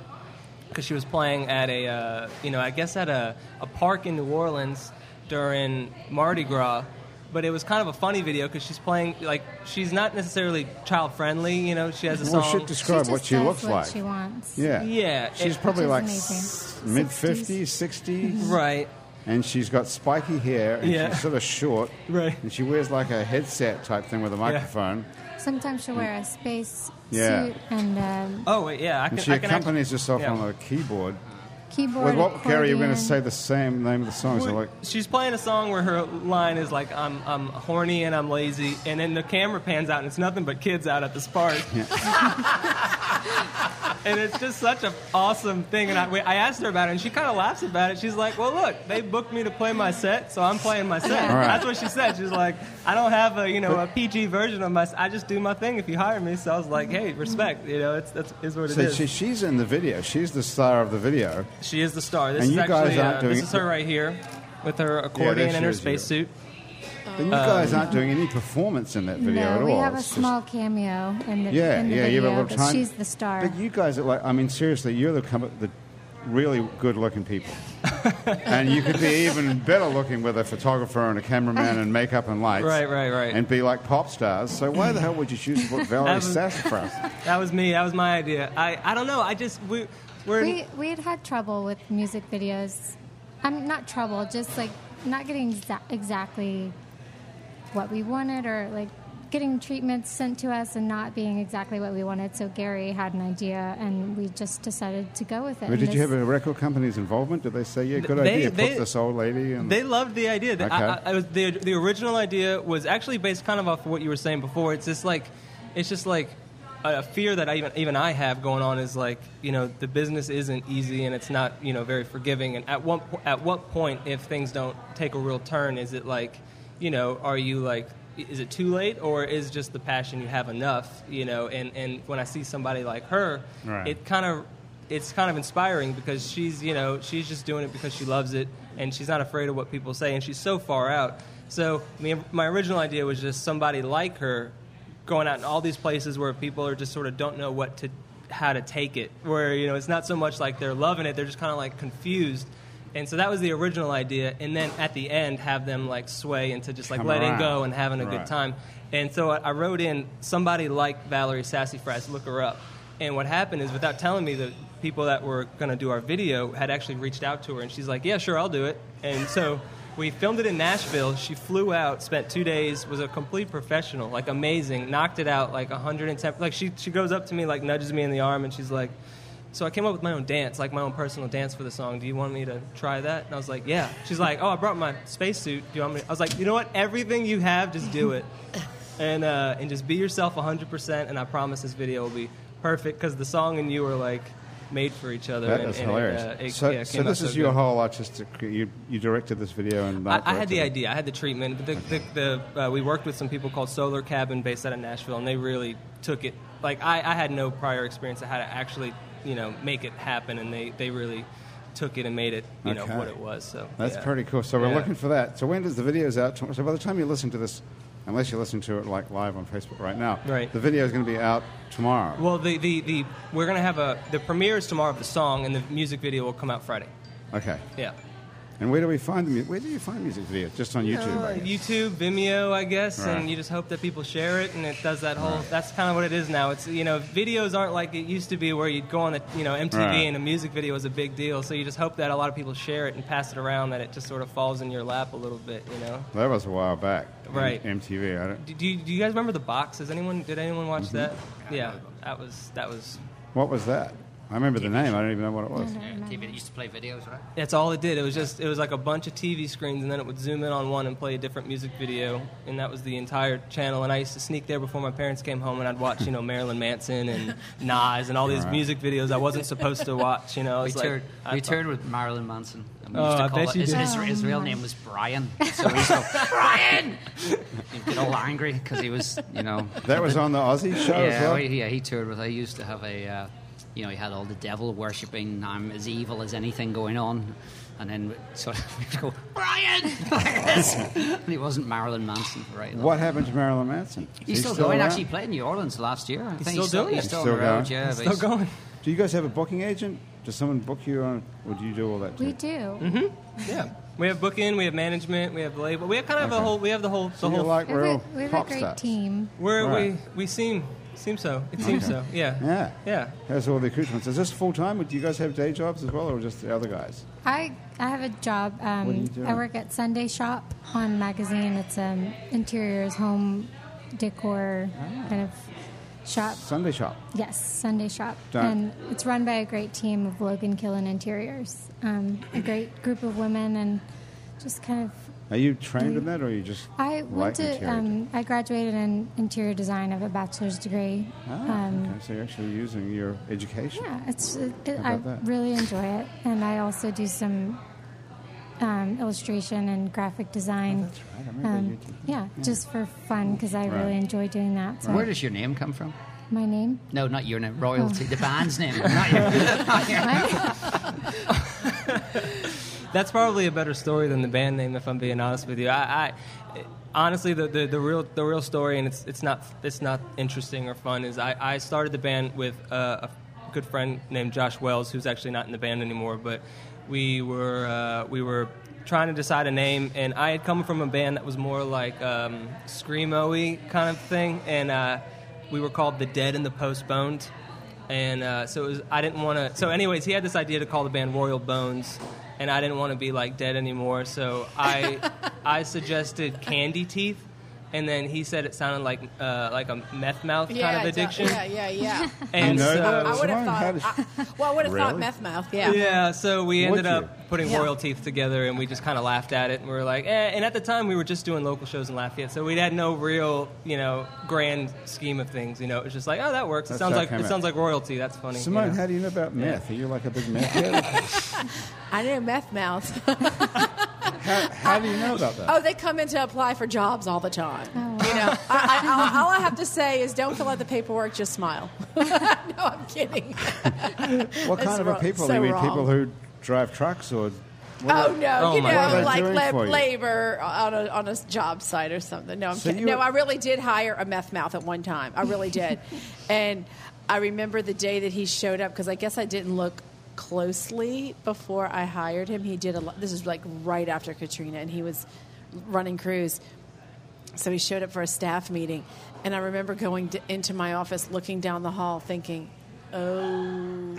D: because she was playing at a, uh, you know, I guess at a, a park in New Orleans during Mardi Gras. But it was kind of a funny video because she's playing, like, she's not necessarily child friendly, you know, she has a
A: Well,
D: song.
A: she describe
E: she
A: what
E: just
A: she
E: does
A: looks
E: what
A: like.
E: She wants.
A: Yeah.
D: Yeah,
A: She's
D: it-
A: probably
E: Which is amazing.
A: like
E: Mm-hmm.
A: mid
E: 60s.
A: 50s, 60s.
D: Right.
A: And she's got spiky hair and
D: Yeah.
A: she's sort of short.
D: Right.
A: And she wears like a headset type thing with a microphone.
E: Sometimes she'll wear a space
A: Yeah.
E: suit and um,
D: Oh, wait, yeah. I can,
A: And she
D: I can
A: accompanies
D: actually-
A: herself
D: yeah.
A: on a keyboard.
E: keyboard.
A: With what, Gary, you're going to
E: accordion.
A: say the same name of the song. So
D: Well,
A: like,
D: she's playing a song where her line is like I'm, I'm horny and I'm lazy and then the camera pans out and it's nothing but kids out at the spark and it's just such an awesome thing and I, we- I asked her about it and she kind of laughs about it she's like well look they booked me to play my set so I'm playing my set
A: right.
D: that's what she said she's like I don't have a you know a PG version of my s- I just do my thing if you hire me so I was like hey respect you know it's that's is what it is.
A: so she, she's in the video. She's the star of the video.
D: She is the star. This
A: And
D: is
A: you guys
D: actually
A: aren't
D: uh,
A: doing-
D: this is her right here with her
A: there
D: accordion
A: she
D: and her
A: is, yeah.
D: spacesuit. Oh.
A: And you guys aren't doing any performance in that video
E: no,
A: at all.
E: we have a
A: It's just-
E: small cameo in the
A: yeah,
E: in the
A: yeah, you
E: video,
A: have a little
E: but
A: time.
E: she's the star.
A: But you guys are like, I mean, seriously, you're the com- the really good-looking people, and you could be even better looking with a photographer and a cameraman and makeup and lights.
D: Right, right, right.
A: And be like pop stars. So why the hell would you choose to put Valerie
D: Evan.
A: Sassafras?
D: That was me. That was my idea. I, I don't know. I just we we're
E: we we had had trouble with music videos. I'm not trouble, just like not getting exa- exactly what we wanted, or like getting treatments sent to us and not being exactly what we wanted. So Gary had an idea, and we just decided to go with it.
A: But
E: And
A: did you
E: this-
A: have a record company's involvement? Did they say, yeah, good
D: They-
A: idea,
D: they-
A: put this old lady in?
D: they loved the idea. The- I,
A: Okay.
D: I, I was, the the original idea was actually based kind of off of what you were saying before. It's just like it's just like a fear that I even even I have going on is like you know the business isn't easy and it's not you know very forgiving and at what po- at what point if things don't take a real turn is it like you know are you like i- is it too late or is just the passion you have enough you know and and when I see somebody like her
A: Right.
D: it kind of it's kind of inspiring because she's you know she's just doing it because she loves it and she's not afraid of what people say and she's so far out so I mean, my original idea was just somebody like her going out in all these places where people are just sort of don't know what to how to take it where you know it's not so much like they're loving it they're just kind of like confused and so that was the original idea and then at the end have them like sway into just like
A: Come
D: letting
A: around.
D: go and having a
A: Right.
D: good time and so I, I wrote in somebody like Valerie Sassafras, look her up. And what happened is, without telling me, the people that were going to do our video had actually reached out to her, and she's like, "Yeah, sure, I'll do it." And so we filmed it in Nashville. She flew out, spent two days, was a complete professional, like amazing, knocked it out like 110. Like she she goes up to me, like nudges me in the arm, and she's like. So I came up with my own dance, like my own personal dance for the song. Do you want me to try that? And I was like, yeah. She's like, oh, I brought my spacesuit. Do you want me? I was like, you know what? Everything you have, just do it, and uh, and just be yourself 100%. And I promise this video will be perfect because the song and you are like made for each other.
A: That
D: and,
A: is
D: and it,
A: hilarious.
D: uh, it,
A: so,
D: yeah,
A: so
D: came out
A: this is
D: so
A: your
D: good.
A: whole artistic. You, you directed this video and
D: I, I had the
A: directed it.
D: idea. I had the treatment. But the, the, the, uh, we worked with some people called Solar Cabin, based out of Nashville, and they really took it. Like I, I had no prior experience of how to actually, you know, make it happen, and they, they really took it and made it, you
A: Okay.
D: know, what it was. So
A: That's
D: yeah.
A: pretty cool. So we're
D: Yeah.
A: looking for that. So when does the video's out? So by the time you listen to this, unless you're listening to it like live on Facebook right now,
D: Right.
A: the video is going to be out tomorrow.
D: Well, the, the, the we're gonna have a the premiere is tomorrow of the song, and the music video will come out Friday.
A: okay.
D: Yeah.
A: And where do we find the mu- where do you find music videos? Just on YouTube, I
D: Uh,
A: guess.
D: YouTube, Vimeo, I guess,
A: Right.
D: and you just hope that people share it, and it does that whole. That's kind of what it is now. It's you know, videos aren't like it used to be, where you'd go on the you know MTV
A: Right.
D: and a music video was a big deal. So you just hope that a lot of people share it and pass it around, that it just sort of falls in your lap a little bit, you know.
A: That was a while back.
D: Right.
A: M- MTV. I don't,
D: Do, do, you, do you guys remember the box? Has anyone did anyone watch
A: Mm-hmm.
D: that? Yeah, that was that was.
A: what was that? I remember the name. I don't even know what it was.
E: I don't
C: TV
E: remember.
C: that used to play videos, right?
D: That's all it did. It was just it was like a bunch of TV screens, and then it would zoom in on one and play a different music video, and that was the entire channel. And I used to sneak there before my parents came home, and I'd watch you know Marilyn Manson and Nas and all these
A: Right.
D: music videos I wasn't supposed to watch. You know, I
C: We
D: was like,
C: toured,
D: I
C: we
D: thought-
C: toured with Marilyn Manson. And we
D: Oh,
C: used to
D: I
C: call
D: bet
C: it,
D: you
C: his,
D: did.
C: his, his real name was Brian. So we used to go, Brian! He'd get all angry because he was, you know.
A: That was on the Aussie show as
C: Yeah,
A: well.
C: we, yeah, he toured with. I used to have a, uh, you know, he had all the devil worshipping, I'm as evil as anything going on. And then we- sort of we'd go, Brian! Like this. and he wasn't Marilyn Manson, for right?
A: What happened to Marilyn Manson?
C: He's
A: Is he
C: still, going.
A: around?
C: Actually, played in New Orleans last year. I think
D: still
C: he's still,
D: doing
C: he's
D: it.
C: still
A: Still
C: on the road.
A: going.
C: Yeah, but
D: still
C: he's-
D: going.
A: Do you guys have a booking agent? Does someone book you on, or do you do all that? Too?
E: We do.
D: Yeah, we have booking, we have management, we have label, we have kind of a
A: Okay.
D: whole, we have the whole, the
A: So you're
D: whole.
A: like
E: We have
A: real
E: a, we have a
A: pop
E: great
A: stars.
E: team.
D: where
A: Right.
D: we we seem seem so. It seems
A: Okay.
D: so. Yeah.
A: Yeah.
D: Yeah.
A: Has all the accoutrements. Is this full time? Do you guys have day jobs as well, or just the other guys?
E: I, I have a job. Um,
A: What do you do?
E: I work at Sunday Shop on Magazine. It's um, interiors, home decor
A: Ah.
E: kind of shop.
A: Sunday shop.
E: Yes, Sunday Shop.
A: Done.
E: And it's run by a great team of Logan Killen Interiors. Um, a great group of women and just kind of
A: Are you trained in that, or are you just
E: Mm. I
A: like
E: went to.
A: interior?
E: Um, I graduated in interior design of a bachelor's degree.
A: ah,
E: um,
A: okay. So you're actually using your education.
E: Yeah, it's. It,
A: How
E: I
A: about that?
E: really enjoy it, and I also do some um, illustration and graphic design.
A: Oh,
E: Um,
A: that's right. I remember you did that.
E: yeah, just for fun because I
A: Right.
E: really enjoy doing that. So
C: Where does your name come from?
E: my name?
C: No, not your name. Royalty. The band's name. Not your, not your-
D: That's probably a better story than the band name, if I'm being honest with you. I, I honestly, the, the, the real the real story, and it's it's not it's not interesting or fun. Is I, I started the band with uh, a good friend named Josh Wells, who's actually not in the band anymore, but we were uh, we were trying to decide a name, and I had come from a band that was more like um, screamo-y kind of thing, and uh, we were called the Dead and the Postponed. And uh, so it was, I didn't want to. So, anyways, he had this idea to call the band Royal Bones, and I didn't want to be like dead anymore. So I, I suggested Candy Teeth, and then he said it sounded like uh, like a meth mouth kind of
B: it do-
D: addiction.
B: Yeah, yeah, yeah.
D: And
A: You know
D: so,
A: that?
B: I would have
A: Someone had a-
B: thought. I, well, I would have thought
A: Really?
B: meth mouth.
D: yeah.
B: Yeah.
D: so we
A: Would
D: ended
A: you?
D: up putting
B: Yeah.
D: Royal Teeth together, and we just kind of laughed at it, and we were like, eh. And at the time, we were just doing local shows in Lafayette, so we had no real, you know, grand scheme of things. You know, it was just like, oh, that works. It
A: That's
D: sounds
A: how it
D: like
A: came
D: it
A: out.
D: sounds like royalty. That's funny. you
A: Simone,
D: know?
A: how do you know about meth? Are you like a big meth head?
B: I knew meth mouth.
A: how, how do you know about that?
B: Oh, they come in to apply for jobs all the time.
A: Oh,
B: You know, I, I, all, all I have to say is don't fill out the paperwork, just smile. no, I'm kidding.
A: what
B: it's
A: kind of a
B: wrong-
A: people?
B: so
A: are you mean
B: wrong.
A: people who drive trucks or?
B: Oh no,
D: Oh,
B: you
D: my
B: know,
A: God. What are they
B: like
A: doing
B: lab-
A: for you?
B: labor on a, on a job site or something. No, I'm
A: So
B: kidding.
A: you-
B: No, I really did hire a meth mouth at one time. I really did, and I remember the day that he showed up because I guess I didn't look closely before I hired him. He did a lot. This is like right after Katrina, and he was running crews. So he showed up for a staff meeting, and I remember going d into my office, looking down the hall, thinking, "Oh,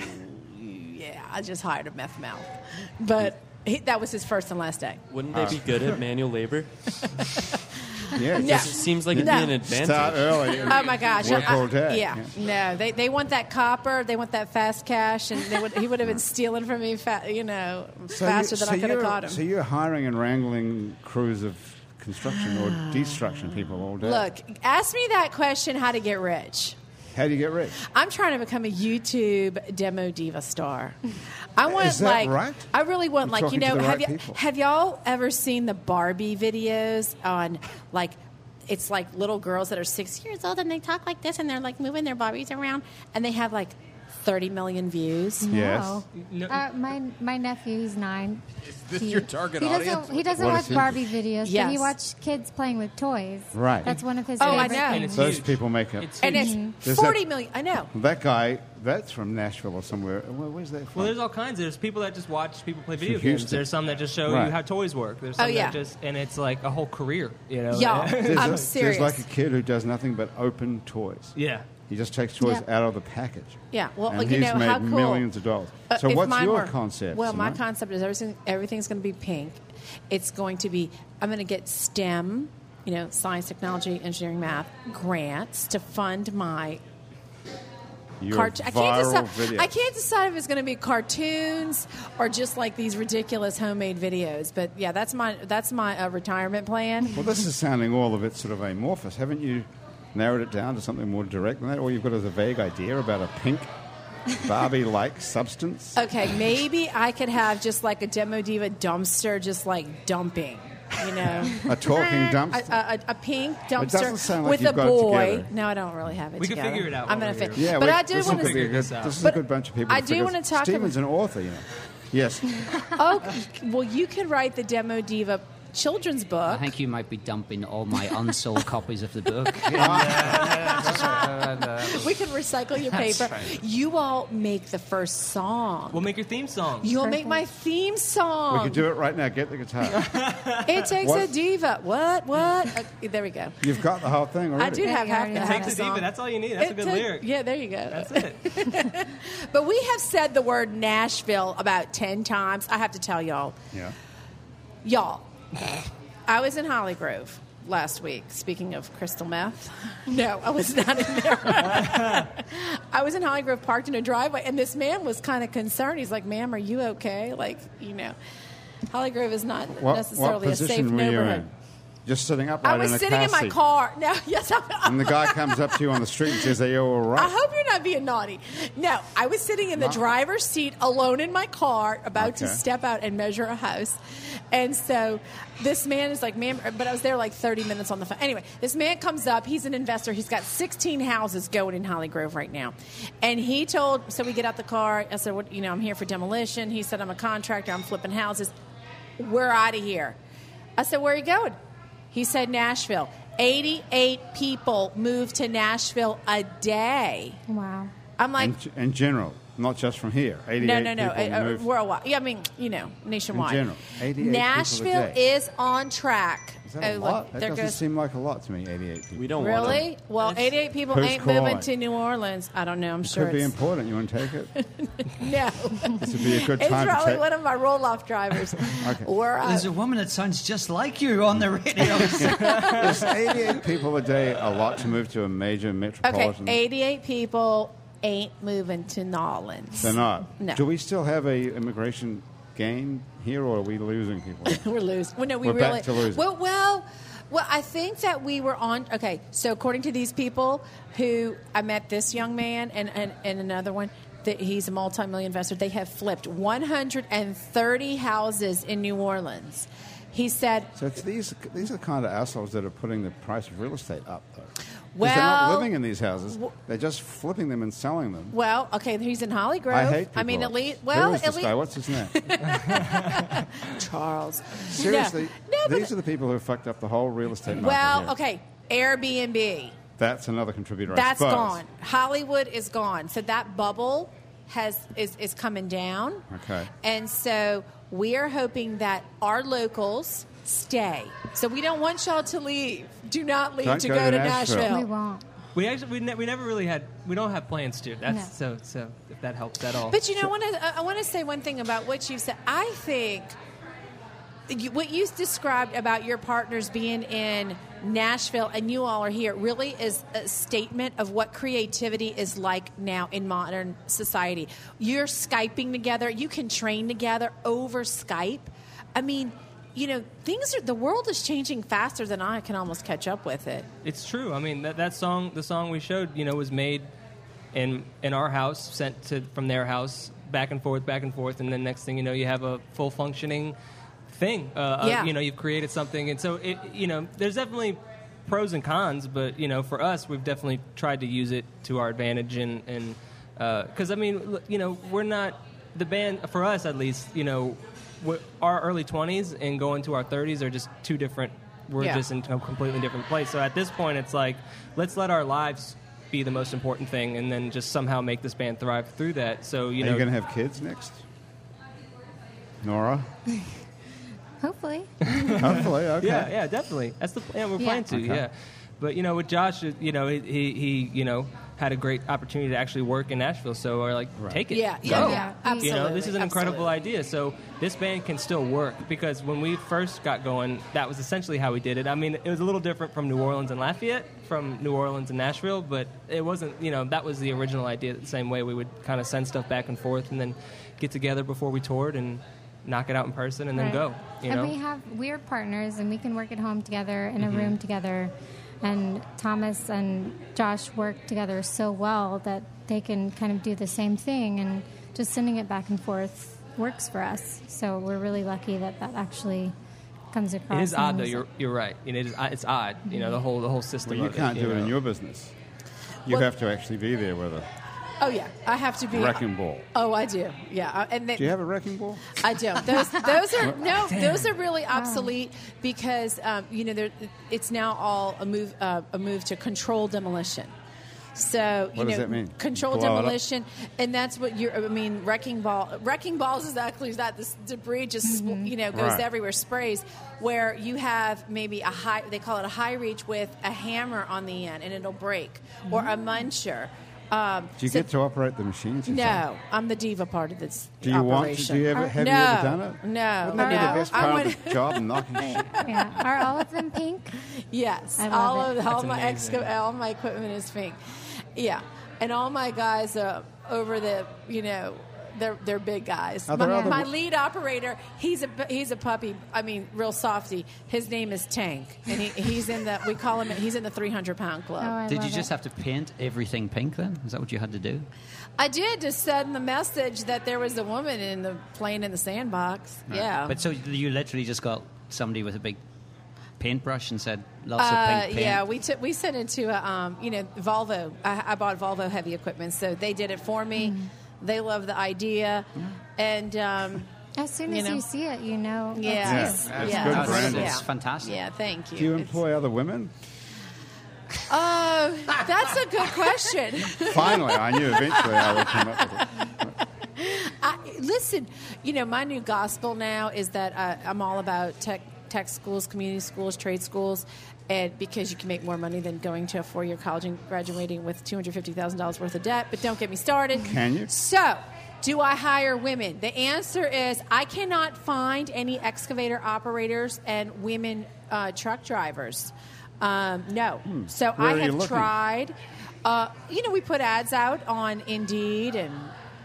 B: yeah, I just hired a meth mouth," but he, that was his first and last day.
G: Wouldn't they be good at manual labor?
A: Yeah,
B: No.
A: just
G: It seems like it'd
B: No.
G: be an advantage.
A: start early.
B: Oh my gosh!
A: Work
B: I-
A: all day.
B: yeah, no, they, they want that copper. They want that fast cash, and they would, he would have been stealing from me, fa- you know,
A: So
B: faster
A: you-
B: than
A: so
B: I could have
A: you're-
B: caught him.
A: So you're hiring and wrangling crews of construction or destruction people all day.
B: Ah. Look, ask me that question: How to get rich?
A: how do you get rich?
B: I'm trying to become a YouTube demo diva star. I want
A: Is that
B: like
A: right?
B: I really want
A: You're
B: like you
A: talking to
B: know
A: the
B: have
A: right
B: you
A: people.
B: have y'all ever seen the Barbie videos on like it's like little girls that are 6 years old and they talk like this and they're like moving their Barbies around and they have like 30 million views.
A: Yes.
D: No.
E: Uh, my my nephew, he's nine.
F: Is this your target
E: he
F: audience?
E: Doesn't, he doesn't
A: What is
E: watch
A: he?
E: Barbie videos, but
B: Yes.
E: he watched kids playing with toys.
A: Right.
E: That's one of his.
B: Oh,
E: favorite
B: I know.
E: things.
D: And it's
A: Those
D: huge.
A: people make it.
D: It's
B: And
D: huge.
B: it's
A: There's that-
B: forty million. I know.
A: That guy, that's from Nashville or somewhere. Where, where's that from?
D: Well, there's all kinds. There's people that just watch people play video games.
A: Houston.
D: There's some that just show
A: Right.
D: you how toys work. There's
B: Oh,
D: some
B: yeah.
D: that just and it's like a whole career. You know.
B: Y'all,
A: There's
B: I'm
A: a-
B: serious.
A: There's like a kid who does nothing but open toys.
D: yeah.
A: He just takes toys
E: Yeah.
A: out of the package.
B: Yeah, well,
A: and
B: you
A: he's
B: know
A: made
B: how cool.
A: millions of dollars.
B: Uh,
A: so
B: if
A: what's
B: mine
A: your
B: were-
A: concept?
B: Well, my
A: Simone?
B: concept is everything, everything's going to be pink. It's going to be. I'm going to get STEM, you know, science, technology, engineering, math grants to fund my
A: Your
B: cart- I can't
A: viral
B: decide.
A: video.
B: I can't decide if it's going to be cartoons or just like these ridiculous homemade videos. But yeah, that's my that's my uh, retirement plan.
A: Well, this is sounding all of it sort of amorphous. Haven't you narrowed it down to something more direct than that? All you've got is a vague idea about a pink Barbie-like substance.
B: Okay, maybe I could have just like a demo diva dumpster, just like dumping. You know,
A: A talking dumpster?
B: A, a, a pink dumpster
A: doesn't sound like
B: with
A: you've
B: a
A: got it
B: boy.
A: together.
B: no, I don't really have it.
D: We can
B: together.
D: figure it out
B: I'm
D: while
B: gonna
D: we're
B: figure.
D: here.
A: Yeah,
B: but
A: we-
B: I do
A: this
B: want
A: will be a
B: to.
A: good,
D: this out.
A: This is a
B: But
A: good bunch of people.
B: I do
A: figure
B: wanna
A: this-
B: talk
A: Stephen's an author, you know. Yes,
B: Oh, well, you could write the demo diva children's book.
C: I think you might be dumping all my unsold copies of the book.
B: We could recycle your paper. You all make the first song.
D: We'll make your theme song.
B: You'll make my theme
A: we
B: song.
A: could do it right now. Get the guitar.
B: It takes
A: What?
B: a diva. What? What? Uh, there we go.
A: You've got the whole thing already.
B: I do
E: Yeah,
B: have
E: you
B: half
E: already
B: the
E: have
B: half
E: it.
D: Takes a
B: the song.
D: diva. That's all you need. That's
B: It
D: a good
B: took-
D: lyric.
B: Yeah, there you go.
D: That's it.
B: But we have said the word Nashville about 10 times. I have to tell y'all.
A: Yeah.
B: Y'all, I was in Holly Grove last week, speaking of crystal meth. No, I was not in there. I was in Holly Grove, parked in a driveway, and this man was kind of concerned. He's like, ma'am, are you okay? Like, you know, Holly Grove is not
A: What, what
B: necessarily a
A: position
B: safe
A: were you
B: neighborhood.
A: in? Just sitting upright
B: I was
A: in a
B: sitting
A: car
B: in my
A: seat.
B: car. No, yes, I'm,
A: And the guy comes up to you on the street and says, "Are you all right?"
B: I hope you're not being naughty. No, I was sitting in the driver's seat alone in my car, about to
A: Okay.
B: step out and measure a house. And so this man is like, ma'am, but I was there like 30 minutes on the phone. Anyway, this man comes up. He's an investor. He's got 16 houses going in Holly Grove right now. And he told, so we get out the car. I said, what, you know, I'm here for demolition. He said, I'm a contractor. I'm flipping houses. We're out of here. I said, Where are you going? He said, Nashville. 88 people move to Nashville a day.
E: Wow.
B: I'm like,
A: in, in general, not just from here. Eighty-eight
B: no, no, no,
A: people
B: uh, uh,
A: moved.
B: worldwide. Yeah, I mean, you know, nationwide.
A: In general, 88 people a
B: Nashville
A: day.
B: is on track
A: Is that
B: Oh,
A: a
B: look,
A: lot? That
B: there
A: doesn't
B: goes-
A: seem like a lot to me, 88 people.
G: We don't want
B: Really? Well, 88 people
A: Who's
B: ain't
A: calling?
B: moving to New Orleans. I don't know. I'm
A: Could
B: sure
A: be
B: it's
A: important. You want to take it?
B: no.
A: This would be a good
B: it's
A: time to
B: probably
A: take
B: one of my roll-off drivers.
A: Okay.
B: We're uh,
C: There's a woman that sounds just like you on the radio.
A: There's 88 people a day, a lot to move to a major
B: okay.
A: metropolitan.
B: 88 people ain't moving to New Orleans.
A: They're not.
B: No.
A: Do we still have a immigration gain here, or are we losing people?
B: we're losing. Well, no, we
A: We're back
B: really.
A: to losing.
B: Well, well, well, I think that we were on. Okay, so according to these people, who I met this young man and and, and another one. That he's a multi-million investor. They have flipped 130 houses in New Orleans. He said,
A: so it's these these are the kind of assholes that are putting the price of real estate up, though. 'Cause they're not
B: Well,
A: living in these houses; they're just flipping them and selling them.
B: "Well, okay, he's in Holly Grove.
A: I hate people.
B: mean, at least
A: Who
B: well,
A: is
B: at
A: this guy?
B: least
A: What's his name?
B: Charles.
A: Seriously,
B: no, no but
A: these are the people who fucked up the whole real estate market.
B: well,
A: here.
B: okay, Airbnb.
A: that's another contributor. I
B: That's
A: suppose.
B: gone. Hollywood is gone. So that bubble has is, is coming down.
A: Okay.
B: And so we are hoping that our locals stay. So we don't want y'all to leave. Do not leave
A: Don't
B: to
A: go
B: go,
A: to
B: to
A: Nashville.
B: Nashville.
E: We won't.
D: We actually we, ne- we never really had we don't have plans to. That's so so if that helps at all.
B: But you know, I want to I want to say one thing about what you said. I think you, what you described about your partners being in Nashville and you all are here really is a statement of what creativity is like now in modern society. You're skyping together. You can train together over Skype. I mean. You know, things are the world is changing faster than I can almost catch up with it.
D: It's true. I mean, that, that song, the song we showed, you know, was made in in our house, sent to from their house, back and forth, back and forth, and then next thing you know, you have a full functioning thing. Uh, of,
B: Yeah.
D: you know, you've created something, and so it, you know, there's definitely pros and cons, but you know, for us, we've definitely tried to use it to our advantage, and and because I mean, l- you know, we're not the band for us at least, you know. we're- Our early 20s and going to our 30s are just two different. We're
B: Yeah.
D: just in a completely different place. So at this point, it's like let's let our lives be the most important thing, and then just somehow make this band thrive through that. So you
A: Are
D: know,
A: you going to have kids next, Nora?
E: Hopefully.
A: Hopefully, okay.
D: yeah, yeah, definitely. That's the plan we're
E: Yeah.
D: planning to.
A: Okay.
D: Yeah, but you know, with Josh, you know, he, he he you know had a great opportunity to actually work in Nashville. So we're like, take it.
B: Yeah,
D: Go.
B: yeah, yeah,
D: You know, this is an
B: absolutely,
D: incredible
B: absolutely.
D: idea. So this band can still work because when we first got going, that was essentially how we did it. I mean, it was a little different from New Orleans and Lafayette, from New Orleans and Nashville, but it wasn't. You know, that was the original idea. The same way we would kind of send stuff back and forth, and then get together before we toured and knock it out in person, and then
E: Right.
D: go. You know,
E: And we have we're partners, and we can work at home together in
A: Mm-hmm.
E: a room together. And Thomas and Josh work together so well that they can kind of do the same thing, and just sending it back and forth works for us. So we're really lucky that that actually comes across.
D: It is
E: in
D: odd, though.
E: music.
D: You're you're right. And it is uh, it's odd. You know the whole the whole
A: Well,
D: system.
A: you
D: of
A: can't
D: it,
A: do it in
D: know.
A: your business. You
B: Well-
A: have to actually be there with a
B: Oh yeah, I have to be
A: wrecking ball.
B: Oh, I do. Yeah, I- and then,
A: Do you have a wrecking ball?
B: I don't. Those those are no. Those are really obsolete because um, you know there- it's now all a move uh, a move to controlled demolition. So you
A: What
B: know,
A: does that mean?
B: controlled
A: Blow it up?
B: demolition, and that's what you're. I mean, wrecking ball. Wrecking balls is actually that this debris just you know goes
A: Mm-hmm. Right.
B: everywhere, sprays. Where you have maybe a high, they call it a high reach with a hammer on the end, and it'll break, or a muncher. Um,
A: Mm-hmm. Do you
B: so-
A: get to operate the machines? and stuff?
B: no, I'm the diva part of this.
A: Do you want to?
B: operation.
A: Do you ever, have
B: no,
A: you ever done it?
B: No,
A: Wouldn't that be
B: no.
A: the best
B: I
A: part
B: would,
A: of the job? Knocking shit.
E: yeah. Are all of them pink?
B: yes,
E: I love
B: all
E: it.
B: of all my
D: amazing.
B: exca- all my equipment is pink. Yeah, and all my guys are over the you know. They're, they're big guys.
A: Are
B: My,
A: there other-
B: my lead operator, he's a he's a puppy. I mean, real softy. His name is Tank, and he, he's in the we call him he's in the three hundred pound club.
E: Oh, I
C: Did
E: love
C: you just
E: it.
C: have to paint everything pink then? Is that what you had to do?
B: I did just send the message that there was a woman in the plane in the sandbox. Yeah,
C: But so you literally just got somebody with a big paintbrush and said, lots of
B: Uh,
C: pink paint.
B: yeah, we took we sent it to a, um, you know Volvo. I, I bought Volvo heavy equipment, so they did it for me. They love the idea, and um,
E: As soon
B: You
E: as you,
B: know?
E: see it, you know. Oh, it's
B: yeah,
A: Yeah,
E: just-
A: that's
B: yeah.
A: good
C: That's-
A: branding.
C: that's fantastic.
B: Yeah, thank you.
A: Do you
B: It's-
A: employ other women?
B: Uh, that's a good question.
A: Finally, I knew eventually I would come up with it.
B: I, listen, you know, my new gospel now is that uh, I'm all about tech, tech schools, community schools, trade schools, and because you can make more money than going to a four-year college and graduating with two hundred fifty thousand dollars worth of debt. But don't get me started.
A: Can you?
B: So, do I hire women? The answer is I cannot find any excavator operators and women uh, truck drivers. Um, no. So
A: Hmm. Where
B: I
A: are you
B: have
A: looking?
B: tried. Uh, you know, we put ads out on Indeed and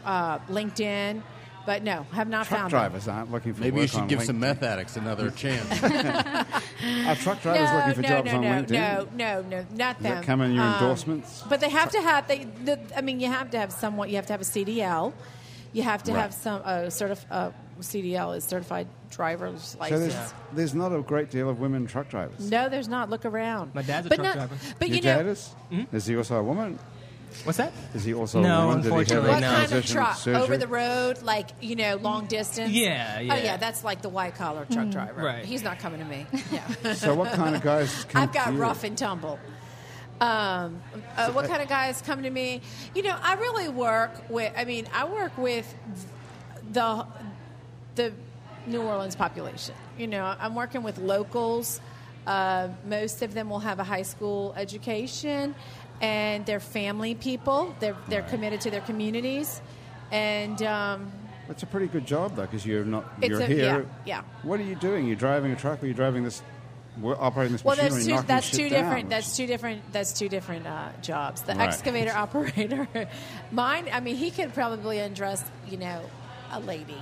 B: uh, LinkedIn, but no, have not
A: Truck
B: found them.
A: drivers aren't looking for
F: Maybe
A: work
F: you should
A: on
F: give some
A: LinkedIn.
F: meth addicts another chance.
A: Are truck
B: No,
A: drivers looking for
B: no,
A: jobs
B: no,
A: on
B: no,
A: LinkedIn?
B: no, no, no, not
A: that
B: them.
A: come in your endorsements?
B: But they have to have. They, the, I mean, you have to have somewhat. You have to have a CDL. You have to
A: Right.
B: have some uh, certif- uh, CDL is certified driver's
A: So
B: license.
A: there's, there's not a great deal of women truck drivers.
B: no, there's not. Look around.
D: My dad's a
B: but
D: truck
B: not-
D: driver.
B: But
A: Your
B: you know,
A: dad is? Is he also a woman?
D: What's that?
A: Is he also a
D: Hmm? No,
A: woman? Did he have
D: unfortunately
A: a
D: Right
B: what
D: now.
B: kind of
A: transition
B: truck?
A: surgery?
B: Over the road, like you know, long distance.
D: Yeah,
B: Oh
D: yeah.
B: yeah, that's like the white collar truck driver.
D: Right.
B: He's not coming to me. Yeah.
A: So what kind of guys come
B: I've got
A: to you?
B: rough and tumble. Um, uh, what kind of guys come to me? You know, I really work with. I mean, I work with the the New Orleans population. You know, I'm working with locals. Uh, most of them will have a high school education, and they're family people. They're they're committed to their communities, and um,
A: That's a pretty good job, though, because you're not
B: It's
A: you're
B: a-
A: here.
B: yeah, yeah.
A: What are you doing? You're driving a truck, or you're driving this, we're operating this
B: Well,
A: machine?
B: that's
A: and
B: two.
A: knocking
B: That's
A: shit
B: two
A: down,
B: different.
A: which
B: That's two different. That's two different uh, jobs. The
A: Right.
B: excavator operator, mine. I mean, he could probably undress, you know, a lady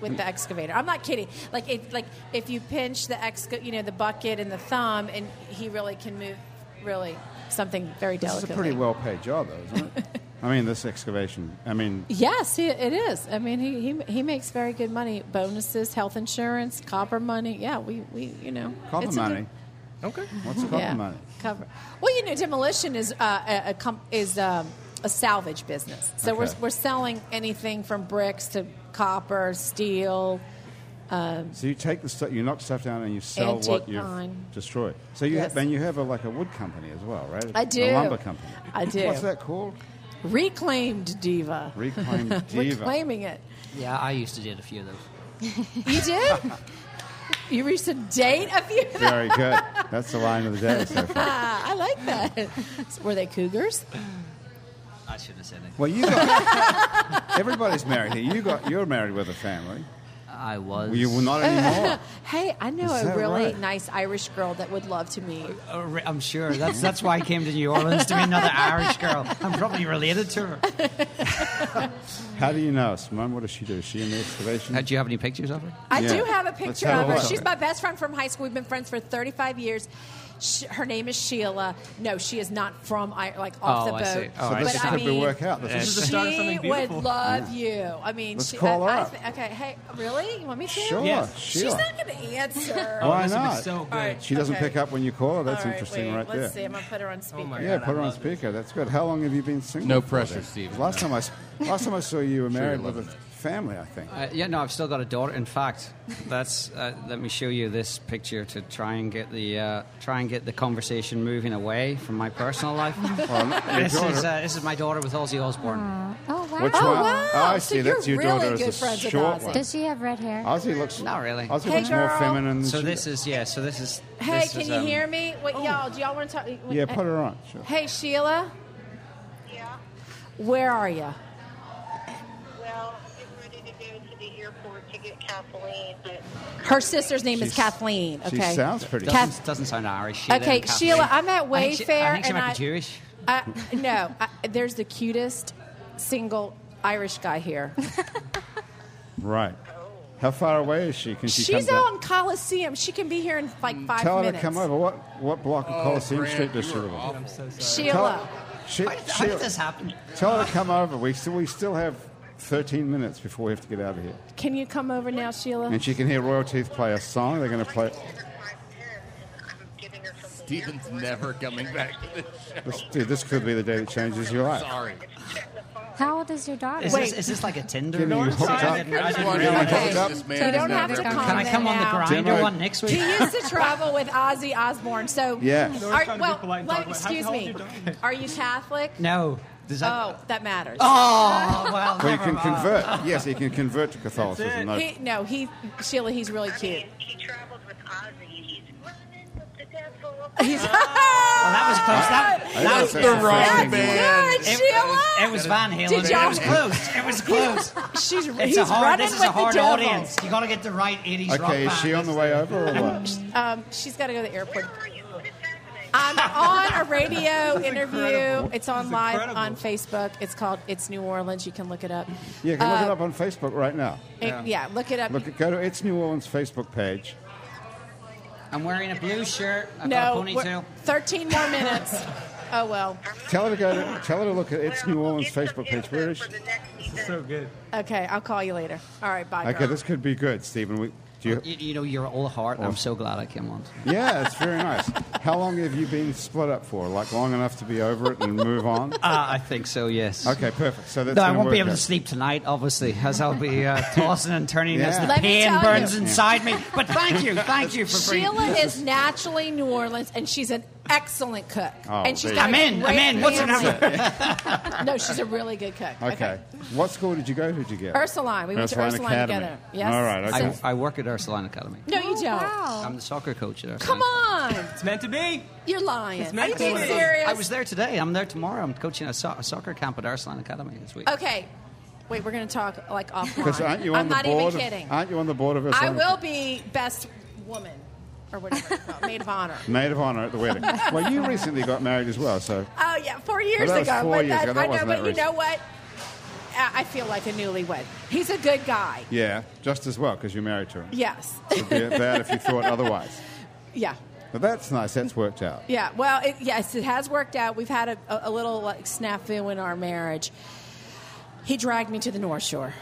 B: with the excavator. I'm not kidding. Like, it, like if you pinch the exca, you know, the bucket and the thumb, and he really can move, really something very
A: This
B: delicate.
A: is a pretty well-paid job, though, isn't it? I mean, this excavation. I mean,
B: Yes, he, it is. I mean, he, he he makes very good money. Bonuses, health insurance, copper money. Yeah, we we you know
A: copper
B: it's a good-
A: money.
D: Okay.
A: What's copper
B: yeah.
A: money?
B: Cover. Well, you know, demolition is uh, a, a com- is um, a salvage business. So
A: Okay.
B: we're we're selling anything from bricks to copper, steel.
A: So you take the stuff, you knock stuff down, and you sell what
B: Antique
A: you
B: pine.
A: destroy. So you
B: Yes.
A: then you have a, like a wood company as well, right?
B: I do.
A: A lumber company.
B: I do.
A: What's that called?
B: Reclaimed diva.
A: Reclaimed
B: We're
A: diva.
B: claiming it.
C: Yeah, I used to date a few of those.
B: You did. you reached a date a few. of them?
A: Very good. That's the line of the day so far.
B: Ah, I like that. Were they cougars?
C: I shouldn't have said it.
A: Well, you got everybody's married here. You got you're married with a family.
C: I was.
A: Well, you will not anymore.
B: Hey, I know
A: Is that
B: a really
A: right?
B: nice Irish girl that would love to meet.
C: Uh, re- I'm sure. That's that's why I came to New Orleans to be another Irish girl. I'm probably related to her.
A: How do you know, Simone? What does she do? Is she in the excavation?
C: Uh, Do you have any pictures of her?
B: I
A: Yeah.
B: do have a
A: Let's
B: picture
A: have a
B: of her.
A: look.
B: She's my best friend from high school. We've been friends for 35 years. Sh her name is Sheila. No, she is not from I- like off
C: Oh,
B: the
C: I
B: boat.
C: see. Oh,
A: so
C: I
A: this
C: see.
B: but I
A: could be
B: mean,
A: work out. This
D: This
A: is
D: is the start of something
B: She would
D: beautiful.
B: love you. I mean,
A: Let's
B: she,
A: call
B: I,
A: her
B: I
A: up.
B: thi- okay, hey, really? You want me to?
A: sure.
D: Yes.
A: Sure.
B: She's not going to answer.
A: Why
D: this would be
A: not?
D: so good.
B: All right,
A: She doesn't
B: okay.
A: pick up when you call her. That's
B: All right,
A: interesting,
B: wait,
A: right
B: let's
A: there.
B: see. I'm going to put her on speaker.
D: my
A: Yeah,
D: God,
A: put
D: I
A: her on
D: love this.
A: speaker. That's good. How long have you been single?
F: No
A: for
F: pressure,
A: then?
F: Stephen.
A: Last time I s- last time I saw you were married with a
F: loving
A: family, I think.
C: Uh, yeah, no, I've still got a daughter. In fact, that's uh, let me show you this picture to try and get the uh, try and get the conversation moving away from my personal life.
A: Well, your
C: this
A: daughter-
C: is uh, this is my daughter with Ozzy Osbourne.
E: Oh wow!
A: Which
B: Oh,
A: one?
B: wow.
A: Oh, I
B: So
A: see. That's your
B: you're
A: daughter
B: really
A: is
B: good
A: the
B: friends with
A: short
B: Ozzy.
A: one.
E: Does she have red hair?
A: Ozzy looks
C: Not really.
A: Ozzy
B: Hey,
A: looks more
B: girl.
A: feminine. Than
C: So
A: she
C: this
A: does.
C: is yeah. So this is.
B: Hey,
C: this
B: can
C: is,
B: you
C: um,
B: hear me? What, y'all, do y'all want to talk?
A: yeah. Put her on. Sure.
B: Hey, Sheila.
H: Yeah,
B: Where are you?
H: well, I'm ready to go to the airport to get Kathleen, but
B: Her sister's name is
A: She's-
B: Kathleen.
A: she
B: Okay.
A: sounds pretty.
C: Doesn't,
B: Kath-
C: doesn't sound Irish. Sheila
B: Okay,
C: and Kathleen.
B: Sheila, I'm at
C: I think she-
B: Wayfair,
C: I think she
B: and
C: might be
B: I-
C: Jewish.
B: I, no, I, there's the cutest single Irish guy here.
A: Right. How far away is she? Can she
B: She's
A: come
B: on Coliseum. She can be here in like five
A: down? Tell her
B: minutes.
A: to come over. What what block of Coliseum
F: Grant,
A: Street does
F: you
A: she
F: are
A: live on?
F: awful.
A: Tell
B: Sheila.
A: her, she,
C: How did, how did this happen?
A: tell her to come over. We still we still have 13 minutes before we have to get out of here,
B: Can you come over now, Sheila?
A: and she can hear Royal Teeth play a song. They're going to play.
H: Stephen's
F: Stephen's never coming back to this
A: This, dude, this could be the day that changes your life.
F: Sorry.
E: How old is your daughter?
C: Is,
B: Wait.
C: This, is this like a Tinder?
A: Getting
C: or
A: you hooked
C: something?
A: up.
C: I didn't- I
F: I
C: didn't
F: just wanted
C: realize-
F: to
B: Okay.
F: introduce this man.
B: You don't
F: He's
B: have
F: never
B: to
F: coming
B: comment.
C: Can I come on
B: now.
C: the grinder
A: Demo-
C: one next week?
B: He used to travel with Ozzy Osbourne. So
A: Yeah.
B: Are-
A: No,
D: we're trying to be
B: well,
D: polite and
B: let-
D: talk about how
B: excuse
D: old
B: me.
D: your daughter is.
B: Are you Catholic?
C: No. Does that,
B: Oh, that matters.
C: Oh, well,
A: Well, you
C: never
A: can
C: mind.
A: convert. Yes, you can convert to Catholicism.
D: it.
A: No,
B: He, no, he Sheila. He's really
H: I
B: cute.
H: mean, he traveled with Ozzy
B: He's, oh,
C: That was close. That,
A: I
C: that
A: think
C: was
A: that's the wrong
C: frustrating.
A: band.
B: good, Sheila.
C: It was Van Halen.
B: Did
C: It
B: y'all-
C: was close. It was close.
B: She's
C: It's
B: he's
C: a hard.
B: running
C: This is
B: with
C: a hard
B: the devil.
C: audience. You got to get the right '80s rock
A: Okay, is
C: band.
A: she on the way over or what?
B: Um, she's got to go to the airport.
I: Where are you? What is happening?
B: I'm on a radio interview.
D: incredible.
B: It's on
D: That's
B: live
D: incredible.
B: on Facebook. It's called It's New Orleans. You can look it up.
A: Yeah, you can look
B: Uh,
A: it up on Facebook right now.
B: and- yeah. look it up.
A: Look, at- go to It's New Orleans Facebook page.
C: I'm wearing a blue shirt. I've got a
B: no, we're-
C: ponytail.
B: 13 more minutes. oh well.
A: Tell her to go to, tell her to look at It's
I: Well,
A: New
I: we'll
A: Orleans
I: get some
A: Facebook page.
I: info
A: Where is
I: for
A: she?
I: the next event.
D: So good.
B: Okay, I'll call you later. All right, bye.
A: Okay,
B: girl.
A: this could be good, Stephen. We, do you,
C: You, you know, you're all heart. and I'm so glad I came on.
A: yeah, it's very nice. How long have you been split up for? Like long enough to be over it and move on?
C: Uh, I think so. Yes.
A: Okay, perfect. So that's
C: No, I
A: gonna
C: won't be
A: work
C: able to
A: out.
C: sleep tonight, obviously, as I'll be uh, tossing and turning as
A: Yeah.
C: the
B: Let me
C: pain
B: tell
C: burns
B: you.
C: inside me. But thank you, thank you for bringing.
B: Sheila is naturally New Orleans, and she's an excellent cook.
A: Oh,
B: and she's
A: there
B: got
A: you
B: a
C: go. I'm in,
B: great
C: I'm in. What's her
B: fancy- no, she's a really good cook.
A: Okay. What school did you go to together?
B: Ursuline. We went to Ursuline
A: Academy.
B: together. Yes.
A: All right. Okay.
C: I, I work at Ursuline Academy.
B: No, you don't.
G: Wow.
C: I'm the soccer coach at Ursuline.
B: Come on,
D: It's meant to be.
B: you're lying.
D: It's
B: Are you
D: meant
B: being
D: to be.
B: serious?
C: I was there today. I'm there tomorrow. I'm coaching a, so- a soccer camp at Ursuline Academy this week.
B: Okay, wait. We're going to talk like
A: Because
B: offline.
A: aren't you on
B: I'm
A: the
B: not even
A: board? of-
B: kidding.
A: Aren't you on the board of
B: I
A: Ursuline
B: will be best woman or whatever, it's called, maid of honor.
A: Maid of honor at the wedding. well, you recently got married as well, so
B: Oh yeah, four years
A: that was
B: ago.
A: four
B: but
A: years ago. That
B: I know,
A: wasn't
B: but
A: that
B: you know
A: recent.
B: what? I I feel like a newlywed. He's a good guy.
A: yeah, just as well because you're married to him.
B: Yes.
A: It'd be bad if you thought otherwise.
B: yeah.
A: But that's nice. That's worked out.
B: Yeah. Well, it, yes, it has worked out. We've had a, a, a little like snafu in our marriage. He dragged me to the North Shore.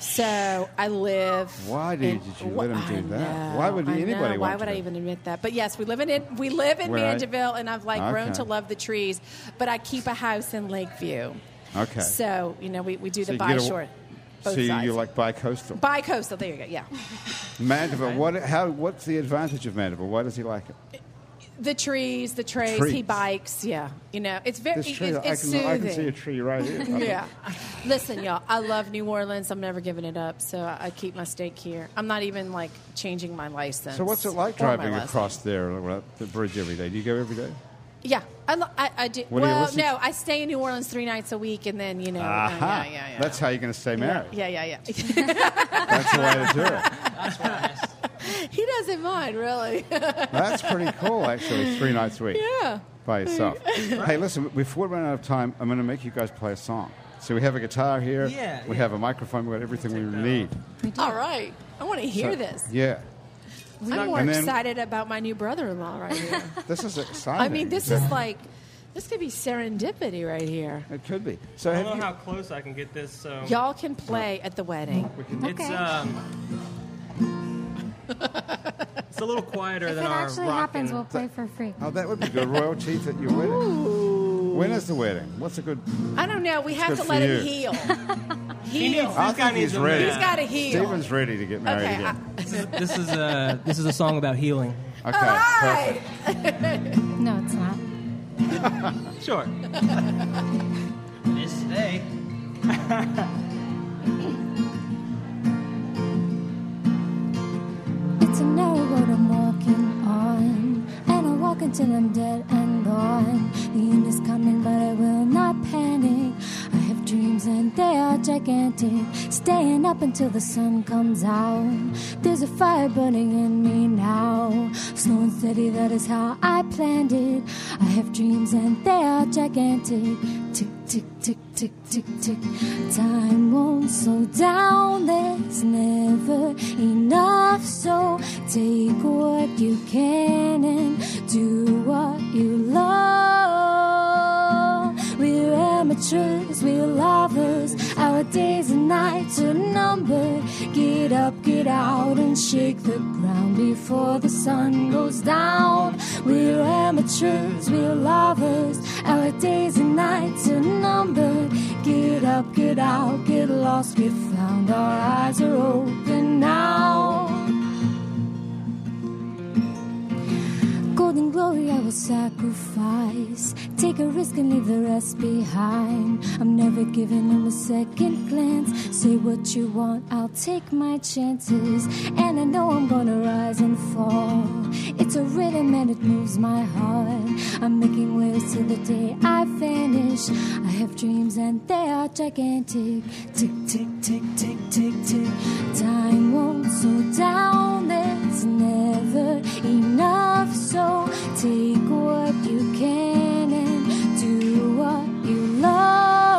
B: So I live.
A: Why did you let him
B: Wh-
A: do
B: I
A: that?
B: know,
A: Why would
B: I
A: anybody
B: know.
A: want
B: Why
A: to
B: would I
A: do-
B: even admit that? But yes, we live in it- we live in
A: Right.
B: Mandeville, and I've like grown
A: Okay.
B: to love the trees. But I keep a house in Lakeview.
A: Okay.
B: So you know we, we do
A: So
B: the
A: you
B: by
A: get a-
B: shore. Both
A: so you-
B: sides.
A: you're like bi-coastal.
B: bi-coastal. There you go. Yeah,
A: Mandeville. What? How? What's the advantage of Mandeville? Why does he like it?
B: the trees, the trays.
A: Trees.
B: He bikes. Yeah, you know it's very
A: This tree.
B: it's,
A: I,
B: it's
A: can,
B: soothing.
A: I can see a tree right here.
B: Yeah. Listen, y'all, I love New Orleans. I'm never giving it up, so I I keep my stake here. I'm not even like changing my license.
A: So what's it like
B: or my
A: driving
B: license.
A: across there, uh, the bridge every day? Do you go every day?
B: Yeah, I, lo- I, I do.
A: What do you
B: well,
A: listen
B: no,
A: to?
B: I stay in New Orleans three nights a week, and then you know,
A: Aha!
B: yeah, yeah, yeah.
A: Uh-huh. That's how you're going to stay married.
B: yeah, yeah, yeah.
A: That's the way to do it.
B: he doesn't mind, really.
A: That's pretty cool, actually. Three nights a week.
B: Yeah.
A: By yourself. hey, listen. Before we run out of time, I'm going to make you guys play a song. So we have a guitar here.
D: Yeah,
A: We
D: yeah.
A: have a microphone. We have got everything we need.
B: All right, I want to hear this.
A: Yeah.
B: I'm more
A: And then-
B: excited about my new brother-in-law right here.
A: This is exciting.
B: I mean, this is like this could be serendipity right here.
A: It could be. So
D: I
A: have
D: don't
A: you,
D: know how close I can get this. So
B: Y'all can play at the wedding.
D: it's
G: Okay.
D: um, it's a little quieter
G: If it
D: than our
G: actually
D: rock
G: happens,
D: and-
G: we'll play for free.
A: Oh, that would be good. Royal teeth at your wedding. When is the wedding? What's a good?
B: I don't know. We have
A: good
B: to
A: for
B: let
A: you.
B: him heal.
D: He needs,
A: I
D: this guy
A: think
D: needs a
A: he's ready.
B: He's
D: rest.
B: got to heal.
A: Stephen's ready to get married
B: okay. I,
A: again.
D: This is a this is a song about healing.
A: Okay.
B: all
A: perfect.
B: right.
G: No, it's not.
D: Sure.
C: This day.
G: It's a narrow road I'm walking on, and I'll walk until I'm dead and gone. The end is coming, but I will not panic. I have dreams and they are gigantic, staying up until the sun comes out. There's a fire burning in me now, slow and steady. That is how I planned it. I have dreams and they are gigantic. Tick tick tick tick tick tick. Time won't slow down. There's never enough, so take what you can and do what you love. We're amateurs, we're lovers. Our days and nights are numbered. Get up, get out, and shake the ground before the sun goes down. We're amateurs, we're lovers. Our days and nights are numbered. Get up, get out, get lost, get found. Our eyes are open now. Golden glory, I
J: a sacrifice. Take a risk and leave the rest behind. I'm never giving him a second glance. Say what you want, I'll take my chances. And I know I'm gonna rise and fall. It's a rhythm and it moves my heart. I'm making waves till the day I vanish. I have dreams and they are gigantic. Tick, tick, tick, tick, tick, tick. Time won't slow down. There's never enough. So take what you can and do what you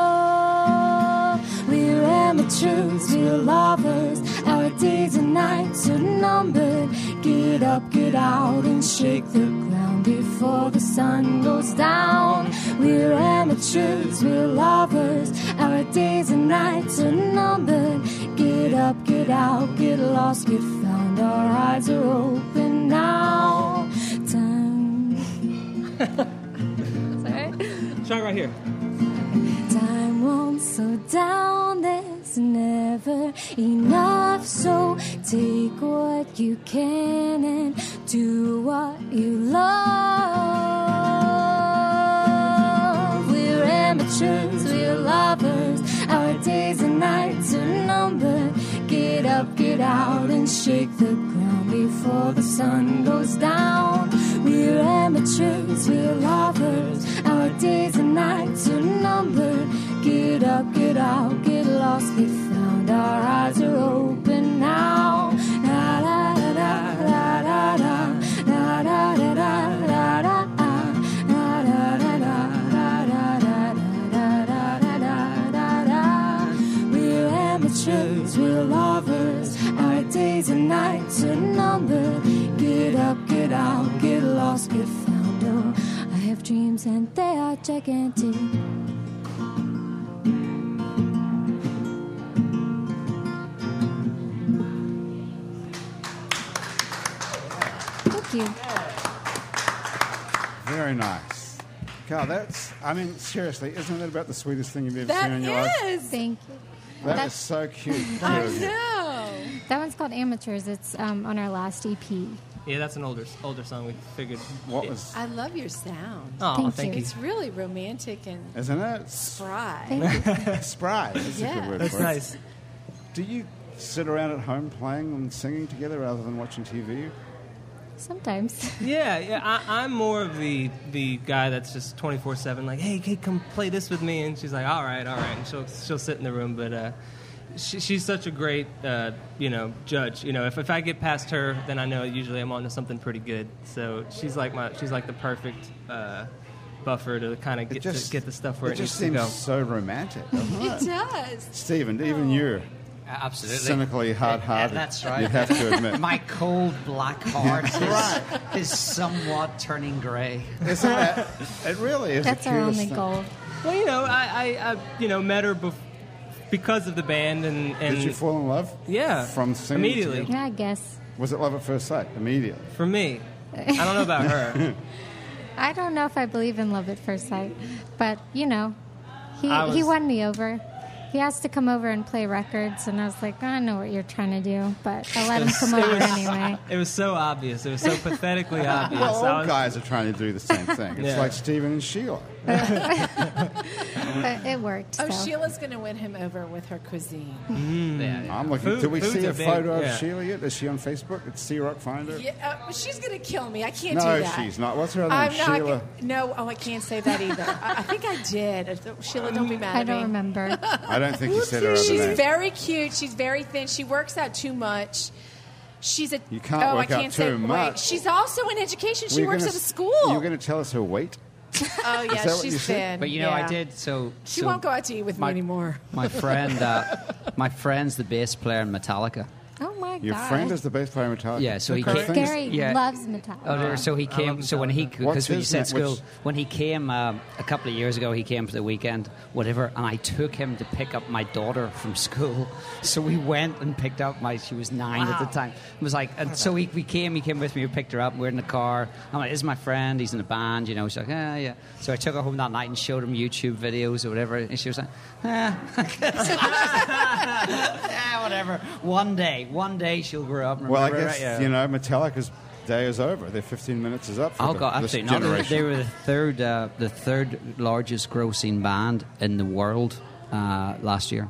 J: love. We're amateurs, we're lovers. Our days and nights are numbered. Get up, get out, and shake the ground before the sun goes down. We're amateurs, we're lovers. Our days and nights are numbered. Get up, get out, get lost, get found. Our eyes are open now. Time. Sorry.
D: Try right here.
J: Time won't slow down, there's never enough. So take what you can and do what you love. We're amateurs, we're lovers. Our days and nights are numbered. Get up, get out, and shake the ground before the sun goes down. We're amateurs, we're lovers. Our days and nights are numbered. Get up, get out, get lost, get found. Our eyes are open now. La la la la la la la. La la la la la la. La la la la la la la la la la la la la. We're amateurs, we're lovers. Our days and nights are numbered. Get up, get out, get lost, get found. Oh, I have dreams and they are gigantic. Thank you.
A: Very nice. Carl, that's, I mean, seriously, isn't that about the sweetest thing you've ever
B: That
A: seen in your life?
B: is.
J: Thank you.
A: That is
J: That's-
A: so cute.
B: I
A: Cute.
B: know.
J: That one's called Amateurs. It's um, on our last EP.
D: Yeah, that's an older older song. We figured.
A: What was,
B: I love your sound.
D: Oh,
J: Thank
D: thank
J: you.
D: you.
B: It's really romantic and
A: isn't it?
B: spry.
J: Thank you.
A: Spry. That's a
B: Yeah.
A: good word
D: That's
A: for it.
D: nice.
A: Do you sit around at home playing and singing together rather than watching TV?
J: Sometimes.
D: Yeah, yeah. I, I'm more of the the guy that's just 24 seven. Like, hey, kid, come play this with me. And she's like, all right, all right. And she'll she'll sit in the room. But uh, she, she's such a great uh, you know judge. You know, if, if I get past her, then I know usually I'm onto something pretty good. So she's like my she's like the perfect uh, buffer to kind of get to get the stuff where it,
A: just
D: needs
A: seems
D: to go.
A: so romantic. doesn't it?
B: It does.
A: Stephen, even you,
C: Absolutely.
A: cynically hard-hearted.
C: Yeah, that's right.
A: You have to admit.
C: My cold black heart is, is somewhat turning grey.
A: Isn't that, it really is. the
J: That's our
A: cutest
J: only
A: thing.
J: goal.
D: Well, you know, I, I, I you know met her bef- because of the band and and
A: Did you fall in love?
D: yeah
A: From singing
D: immediately
J: Yeah, I guess.
A: Was it love at first sight? Immediately.
D: for me. I don't know about her.
J: I don't know if I believe in love at first sight, but you know, he
D: I
J: he
D: was-
J: won me over. He asked to come over and play records, and I was like, I know what you're trying to do, but I let him come over anyway.
D: It was so obvious. It was so pathetically obvious.
A: Well,
D: I
A: all
D: was-
A: guys are trying to do the same thing. It's
D: Yeah.
A: like Stephen and Sheila.
J: But it worked.
B: Oh,
J: so.
B: Sheila's going to win him over with her cuisine.
A: I'm looking.
D: Food-
A: do we
D: food's
A: see a
D: a big-
A: photo of
D: yeah.
A: Sheila yet? Is she on Facebook? It's Sea Rock Finder.
B: Yeah, uh, she's going to kill me. I can't
A: no,
B: do that.
A: she's not. What's her other
B: I'm
A: name?
B: not.
A: Sheila.
B: No, oh, I can't say that either. I, I think I did. I th- Sheila, don't be mad
J: I
B: at
J: don't
B: me.
J: remember.
A: I don't think you said her other
B: She's
A: name.
B: very cute. She's very thin. She works out too much. She's a.
A: You can't
B: oh,
A: work
B: I
A: out
B: can't say,
A: too
B: wait,
A: much.
B: She's also in education. She
A: Were you
B: works
A: gonna
B: at a
A: s-
B: school.
A: You're going to tell us her weight?
B: oh yeah,
A: that what you
B: she's
A: said?
B: thin.
C: But you know, I
B: Yeah.
C: did. So
B: She
C: so
B: won't go out to eat with
C: my-
B: me anymore.
C: My friend, uh, my friend's the bass player in Metallica.
J: Oh my
A: Your
J: god!
A: friend is the bass player in Metallica.
C: Yeah, so he
A: Good
C: can't-
A: thing
J: Gary
C: Yeah.
J: loves Metallica.
C: Oh, there- so he came. So when he,
A: What's
C: because you
A: his
C: said
A: name?
C: school,
A: Which-
C: when he came um a couple of years ago, he came for the weekend, whatever, and I took him to pick up my daughter from school. So we went and picked up my. She was nine at the time. It was like, and so he, we came. He came with me. We picked her up. We're in the car. I'm like, "This is my friend. He's in a band." You know, she's like, "Yeah, yeah." So I took her home that night and showed him YouTube videos or whatever, and she was like, "Ah, ah whatever." One day, one day she'll grow up. and
A: Well, I
C: remember it."
A: guess
C: Yeah.
A: you know Metallica's day is over. Their 15 minutes is up. For
C: Oh
A: the-
C: god,
A: this
C: absolutely not! They-
A: generation.
C: They were the third, uh, the third largest grossing band in the world uh, last year,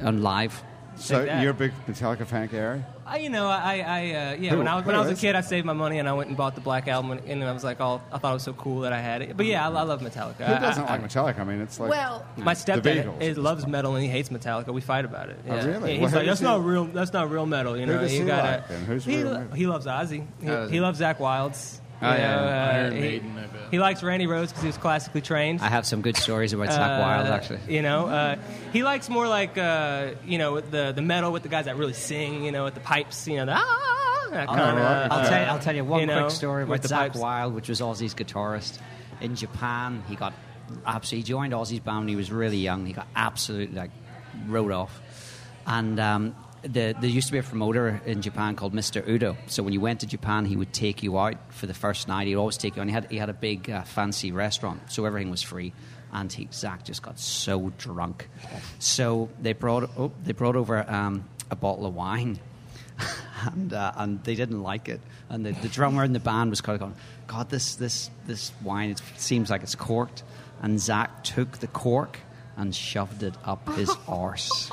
C: on live.
A: so
D: that.
A: you're a big Metallica fan, Gary?
D: I, you know, I, I uh, yeah.
A: Who-
D: when I was, when I was a
A: who is?
D: kid, I saved my money and I went and bought the Black Album, and, and I was like, all I thought it was so cool that I had it. But yeah, I, I love Metallica.
C: Uh,
A: Who
D: I-
A: doesn't
D: I-
A: like Metallica? I mean, it's like
B: Well,
D: My
A: Beatles.
D: stepdad is, loves metal and he hates Metallica. We fight about it.
A: Oh,
D: Yeah.
A: really?
D: Yeah,
A: Well,
D: he's
A: who
D: like,
A: does
D: that's
A: he-
D: not real. That's not real metal. You know,
A: does
D: you
A: he
D: gotta.
A: like, then? Who's
D: he,
A: real
D: lo-
A: metal?
D: he loves Ozzy. He,
C: Oh,
D: he
C: yeah.
D: loves Zach Wilds. uh,
C: Oh, yeah.
F: Iron
D: he-
F: Maiden, I bet.
D: He, likes Randy Rhoads because he was classically trained.
C: I have some good stories about Zach
D: Uh,
C: Wild actually.
D: You know, uh, he likes more like uh, you know the the metal with the guys that really sing. You know, with the pipes. You know, the ah, that
C: I'll,
D: kinda,
C: I'll
D: uh,
C: tell you, I'll tell you one
D: know,
C: quick story
D: with
C: about
D: the
C: Zach
D: pipes.
C: Wild, which was Ozzy's guitarist. In Japan, he got absolutely he joined Ozzy's band when he was really young. He got absolutely like rode off, and um, the, there used to be a promoter in Japan called Mr. Udo. So when you went to Japan, he would take you out for the first night. He'd always take you, and he had he had a big uh, fancy restaurant, so everything was free. And he, Zach just got so drunk, so they brought oh, they brought over um, a bottle of wine and uh, and they didn't like it. And the, the drummer in the band was kind of going, "God, this this this wine it seems like it's corked." And Zach took the cork and shoved it up his arse.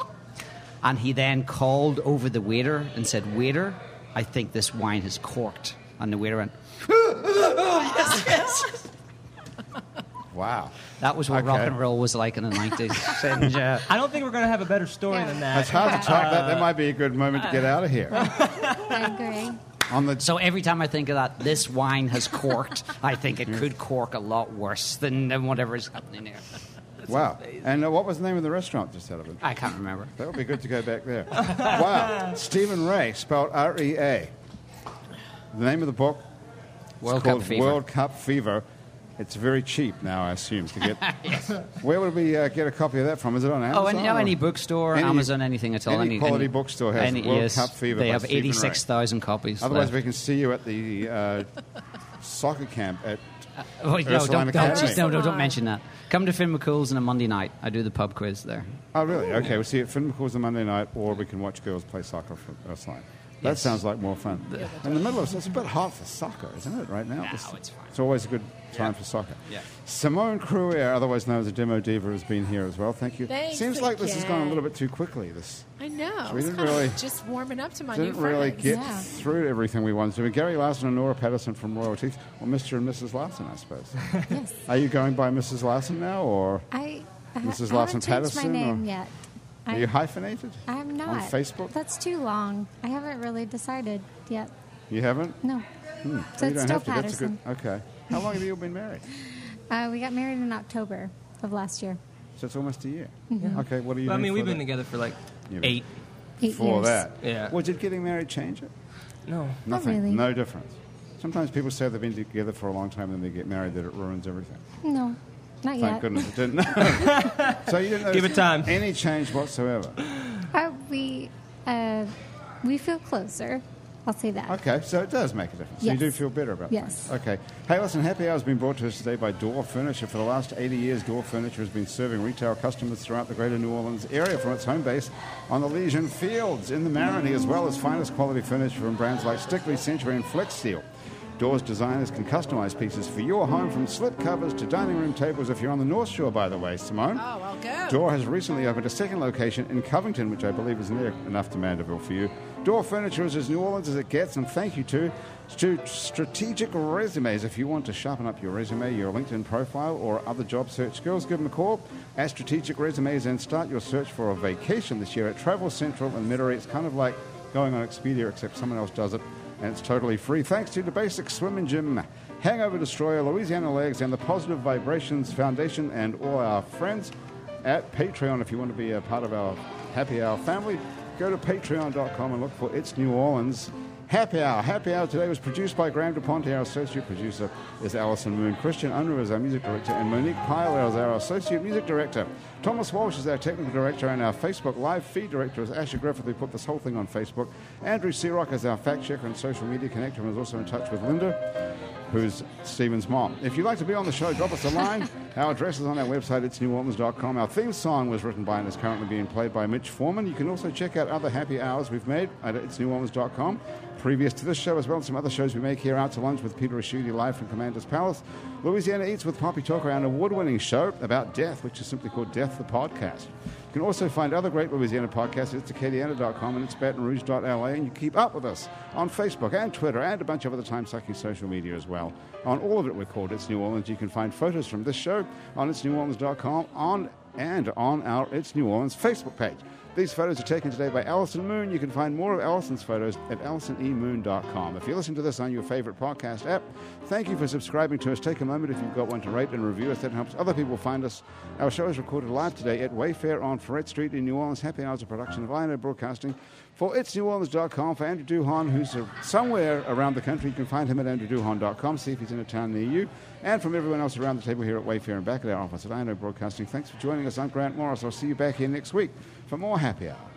C: And he then called over the waiter and said, "Waiter, I think this wine is corked." And the waiter went,
A: wow.
C: "That was what rock
A: Okay.
C: and roll was like in the nineties. and uh,
D: I don't think we're gonna have a better story than that.
A: It's hard to talk. That that might be a good moment to get out of here.
E: I agree.
A: On the
C: So every time I think of that, this wine has corked. I think it could cork a lot worse than, than whatever is happening here.
A: wow. And uh, what was the name of the restaurant just out of it?
C: I can't remember.
A: That would be good to go back there. wow. Stephen Ray, spelled R E A. The name of the book
C: World
A: it's
C: Cup
A: called
C: fever.
A: World Cup Fever. It's very cheap now, I assume, to get. Where would we uh, get a copy of that from? Is it on Amazon?
C: Oh, any, no,
A: or-
C: any bookstore,
A: Any-
C: Amazon, anything at all.
A: Any, quality bookstore has
C: any-
A: World
C: yes,
A: Cup Fever.
C: They
A: by
C: have
A: Stephen Ray.
C: 86,000 copies.
A: Otherwise, we
C: left.
A: can see you at the uh, soccer camp at.
C: Oh, no,
A: Ursula
C: don't,
A: and
C: don't,
A: Academy.
C: just, no, no,
B: Come
C: don't
B: on.
C: mention that. Come to Finn McCool's on a Monday night. I do the pub quiz there.
A: Oh, really? Okay, we'll see you at Finn McCool's on Monday night, or we can watch girls play soccer for Ursline. That
C: Yes.
A: sounds like more fun. In the middle of it's a bit hot for soccer, isn't it? Right now,
C: it's fine.
A: It's always a good time for soccer.
C: Yeah.
A: Simone Cruier, otherwise known as the Demo Diva, has been here as well. Thank you.
B: Thanks
A: Seems like this has gone a
B: again.
A: little bit too quickly. This
B: I know.
A: we
B: It's
A: didn't
B: kind of
A: really-
B: just warming up to my
A: didn't
B: new
A: really
B: friends.
A: get
E: Yeah.
A: through everything we wanted to. But Gary Larson and Nora Patterson from Royal Teeth, or Mr. and Mrs. Larson, I suppose.
E: Yes.
A: Are you going by Mrs. Larson now, or
E: I, I, ha-
A: Mrs.
E: I haven't
A: Lawson
E: changed my
A: Patterson,
E: name
A: or-
E: yet.
A: are
E: I,
A: you hyphenated?
E: I'm not.
A: on Facebook.
E: That's too long. I haven't really decided yet.
A: you haven't.
E: No. So
A: Hmm, you
E: it's
A: don't
E: still
A: have to.
E: Patterson.
A: That's a good. Okay. How long have you been married?
E: Uh, we got married in October of last year.
A: So it's almost a year.
E: Mm-hmm.
A: Okay. What do you?
D: Well, I
A: do
D: mean,
A: for
D: we've been
A: that?
D: together for like
A: You've been-
D: eight.
E: Eight
A: for
E: years.
A: that.
D: Yeah.
A: Well, did getting married change it?
D: No.
E: Not
A: Nothing.
E: really.
A: No difference. Sometimes people say they've been together for a long time, and then they get married, that it ruins everything.
E: No, not
A: Thank
E: yet.
A: goodness it didn't. so you didn't notice
D: Give it time.
A: Any change whatsoever.
E: Uh, we uh, we feel closer. I'll say that.
A: Okay, so it does make a difference. So You
E: Yes.
A: do feel better about
E: Yes.
A: things. Okay. Hey, listen, Happy Hour has been brought to us today by Door Furniture. For the last 80 years, Door Furniture has been serving retail customers throughout the greater New Orleans area from its home base on the Legion Fields in the Marini, as well as finest quality furniture from brands like Stickley, Century, and Flex Steel. Doors designers can customize pieces for your home from slip covers to dining room tables if you're on the North Shore, by the way, Simone.
B: Oh, I'll go.
A: Door has recently opened a second location in Covington, which I believe is near enough to Mandeville for you. Door Furniture is as New Orleans as it gets, and thank you to, to Strategic Resumes. If you want to sharpen up your resume, your LinkedIn profile, or other job search skills, give them a call at Strategic Resumes and start your search for a vacation this year at Travel Central in Metairie. It's kind of like going on Expedia, except someone else does it, and it's totally free. Thanks to the Basic Swim and Gym, Hangover Destroyer, Louisiana Legs, and the Positive Vibrations Foundation, and all our friends at Patreon. If you want to be a part of our happy hour family, go to patreon.com and look for It's New Orleans Happy Hour. Happy Hour today was produced by Graham DuPonte. Our associate producer is Alison Moon. Christian Unruh is our music director, and Monique Pyle is our associate music director. Thomas Walsh is our technical director, and our Facebook live feed director is Asher Griffith, who put this whole thing on Facebook. Andrew Searock is our fact checker and social media connector, and is also in touch with Linda who's Stephen's mom. If you'd like to be on the show, drop us a line. our address is on our website, it's neworleans.com. Our theme song was written by and is currently being played by Mitch Foreman. You can also check out other happy hours we've made at it's neworleans.com. previous to this show, as well as some other shows we make here, Out to Lunch with Peter Raschuti live from Commander's Palace, Louisiana Eats with Poppy Talker, and an award-winning show about death, which is simply called Death the Podcast. You can also find other great Louisiana podcasts at Acadiana.com and it's Baton Rouge.la, and you keep up with us on Facebook and Twitter and a bunch of other time-sucking social media as well. On all of it, we're called It's New Orleans. You can find photos from this show on It'sNewOrleans.com on and on our It's New Orleans Facebook page. These photos are taken today by Allison Moon. You can find more of Allison's photos at AllisonEmoon.com. If you listen to this on your favorite podcast app, thank you for subscribing to us. Take a moment if you've got one to rate and review us. That helps other people find us. Our show is recorded live today at Wayfair on Ferret Street in New Orleans. Happy Hours, a production of INO Broadcasting. For it'sneworleans.com, for Andrew Duhon, who's uh, somewhere around the country, you can find him at andrewduhon.com, see if he's in a town near you. And from everyone else around the table here at Wayfair and back at our office at INO Broadcasting, thanks for joining us. I'm Grant Morris. I'll see you back here next week for more Happy Hour.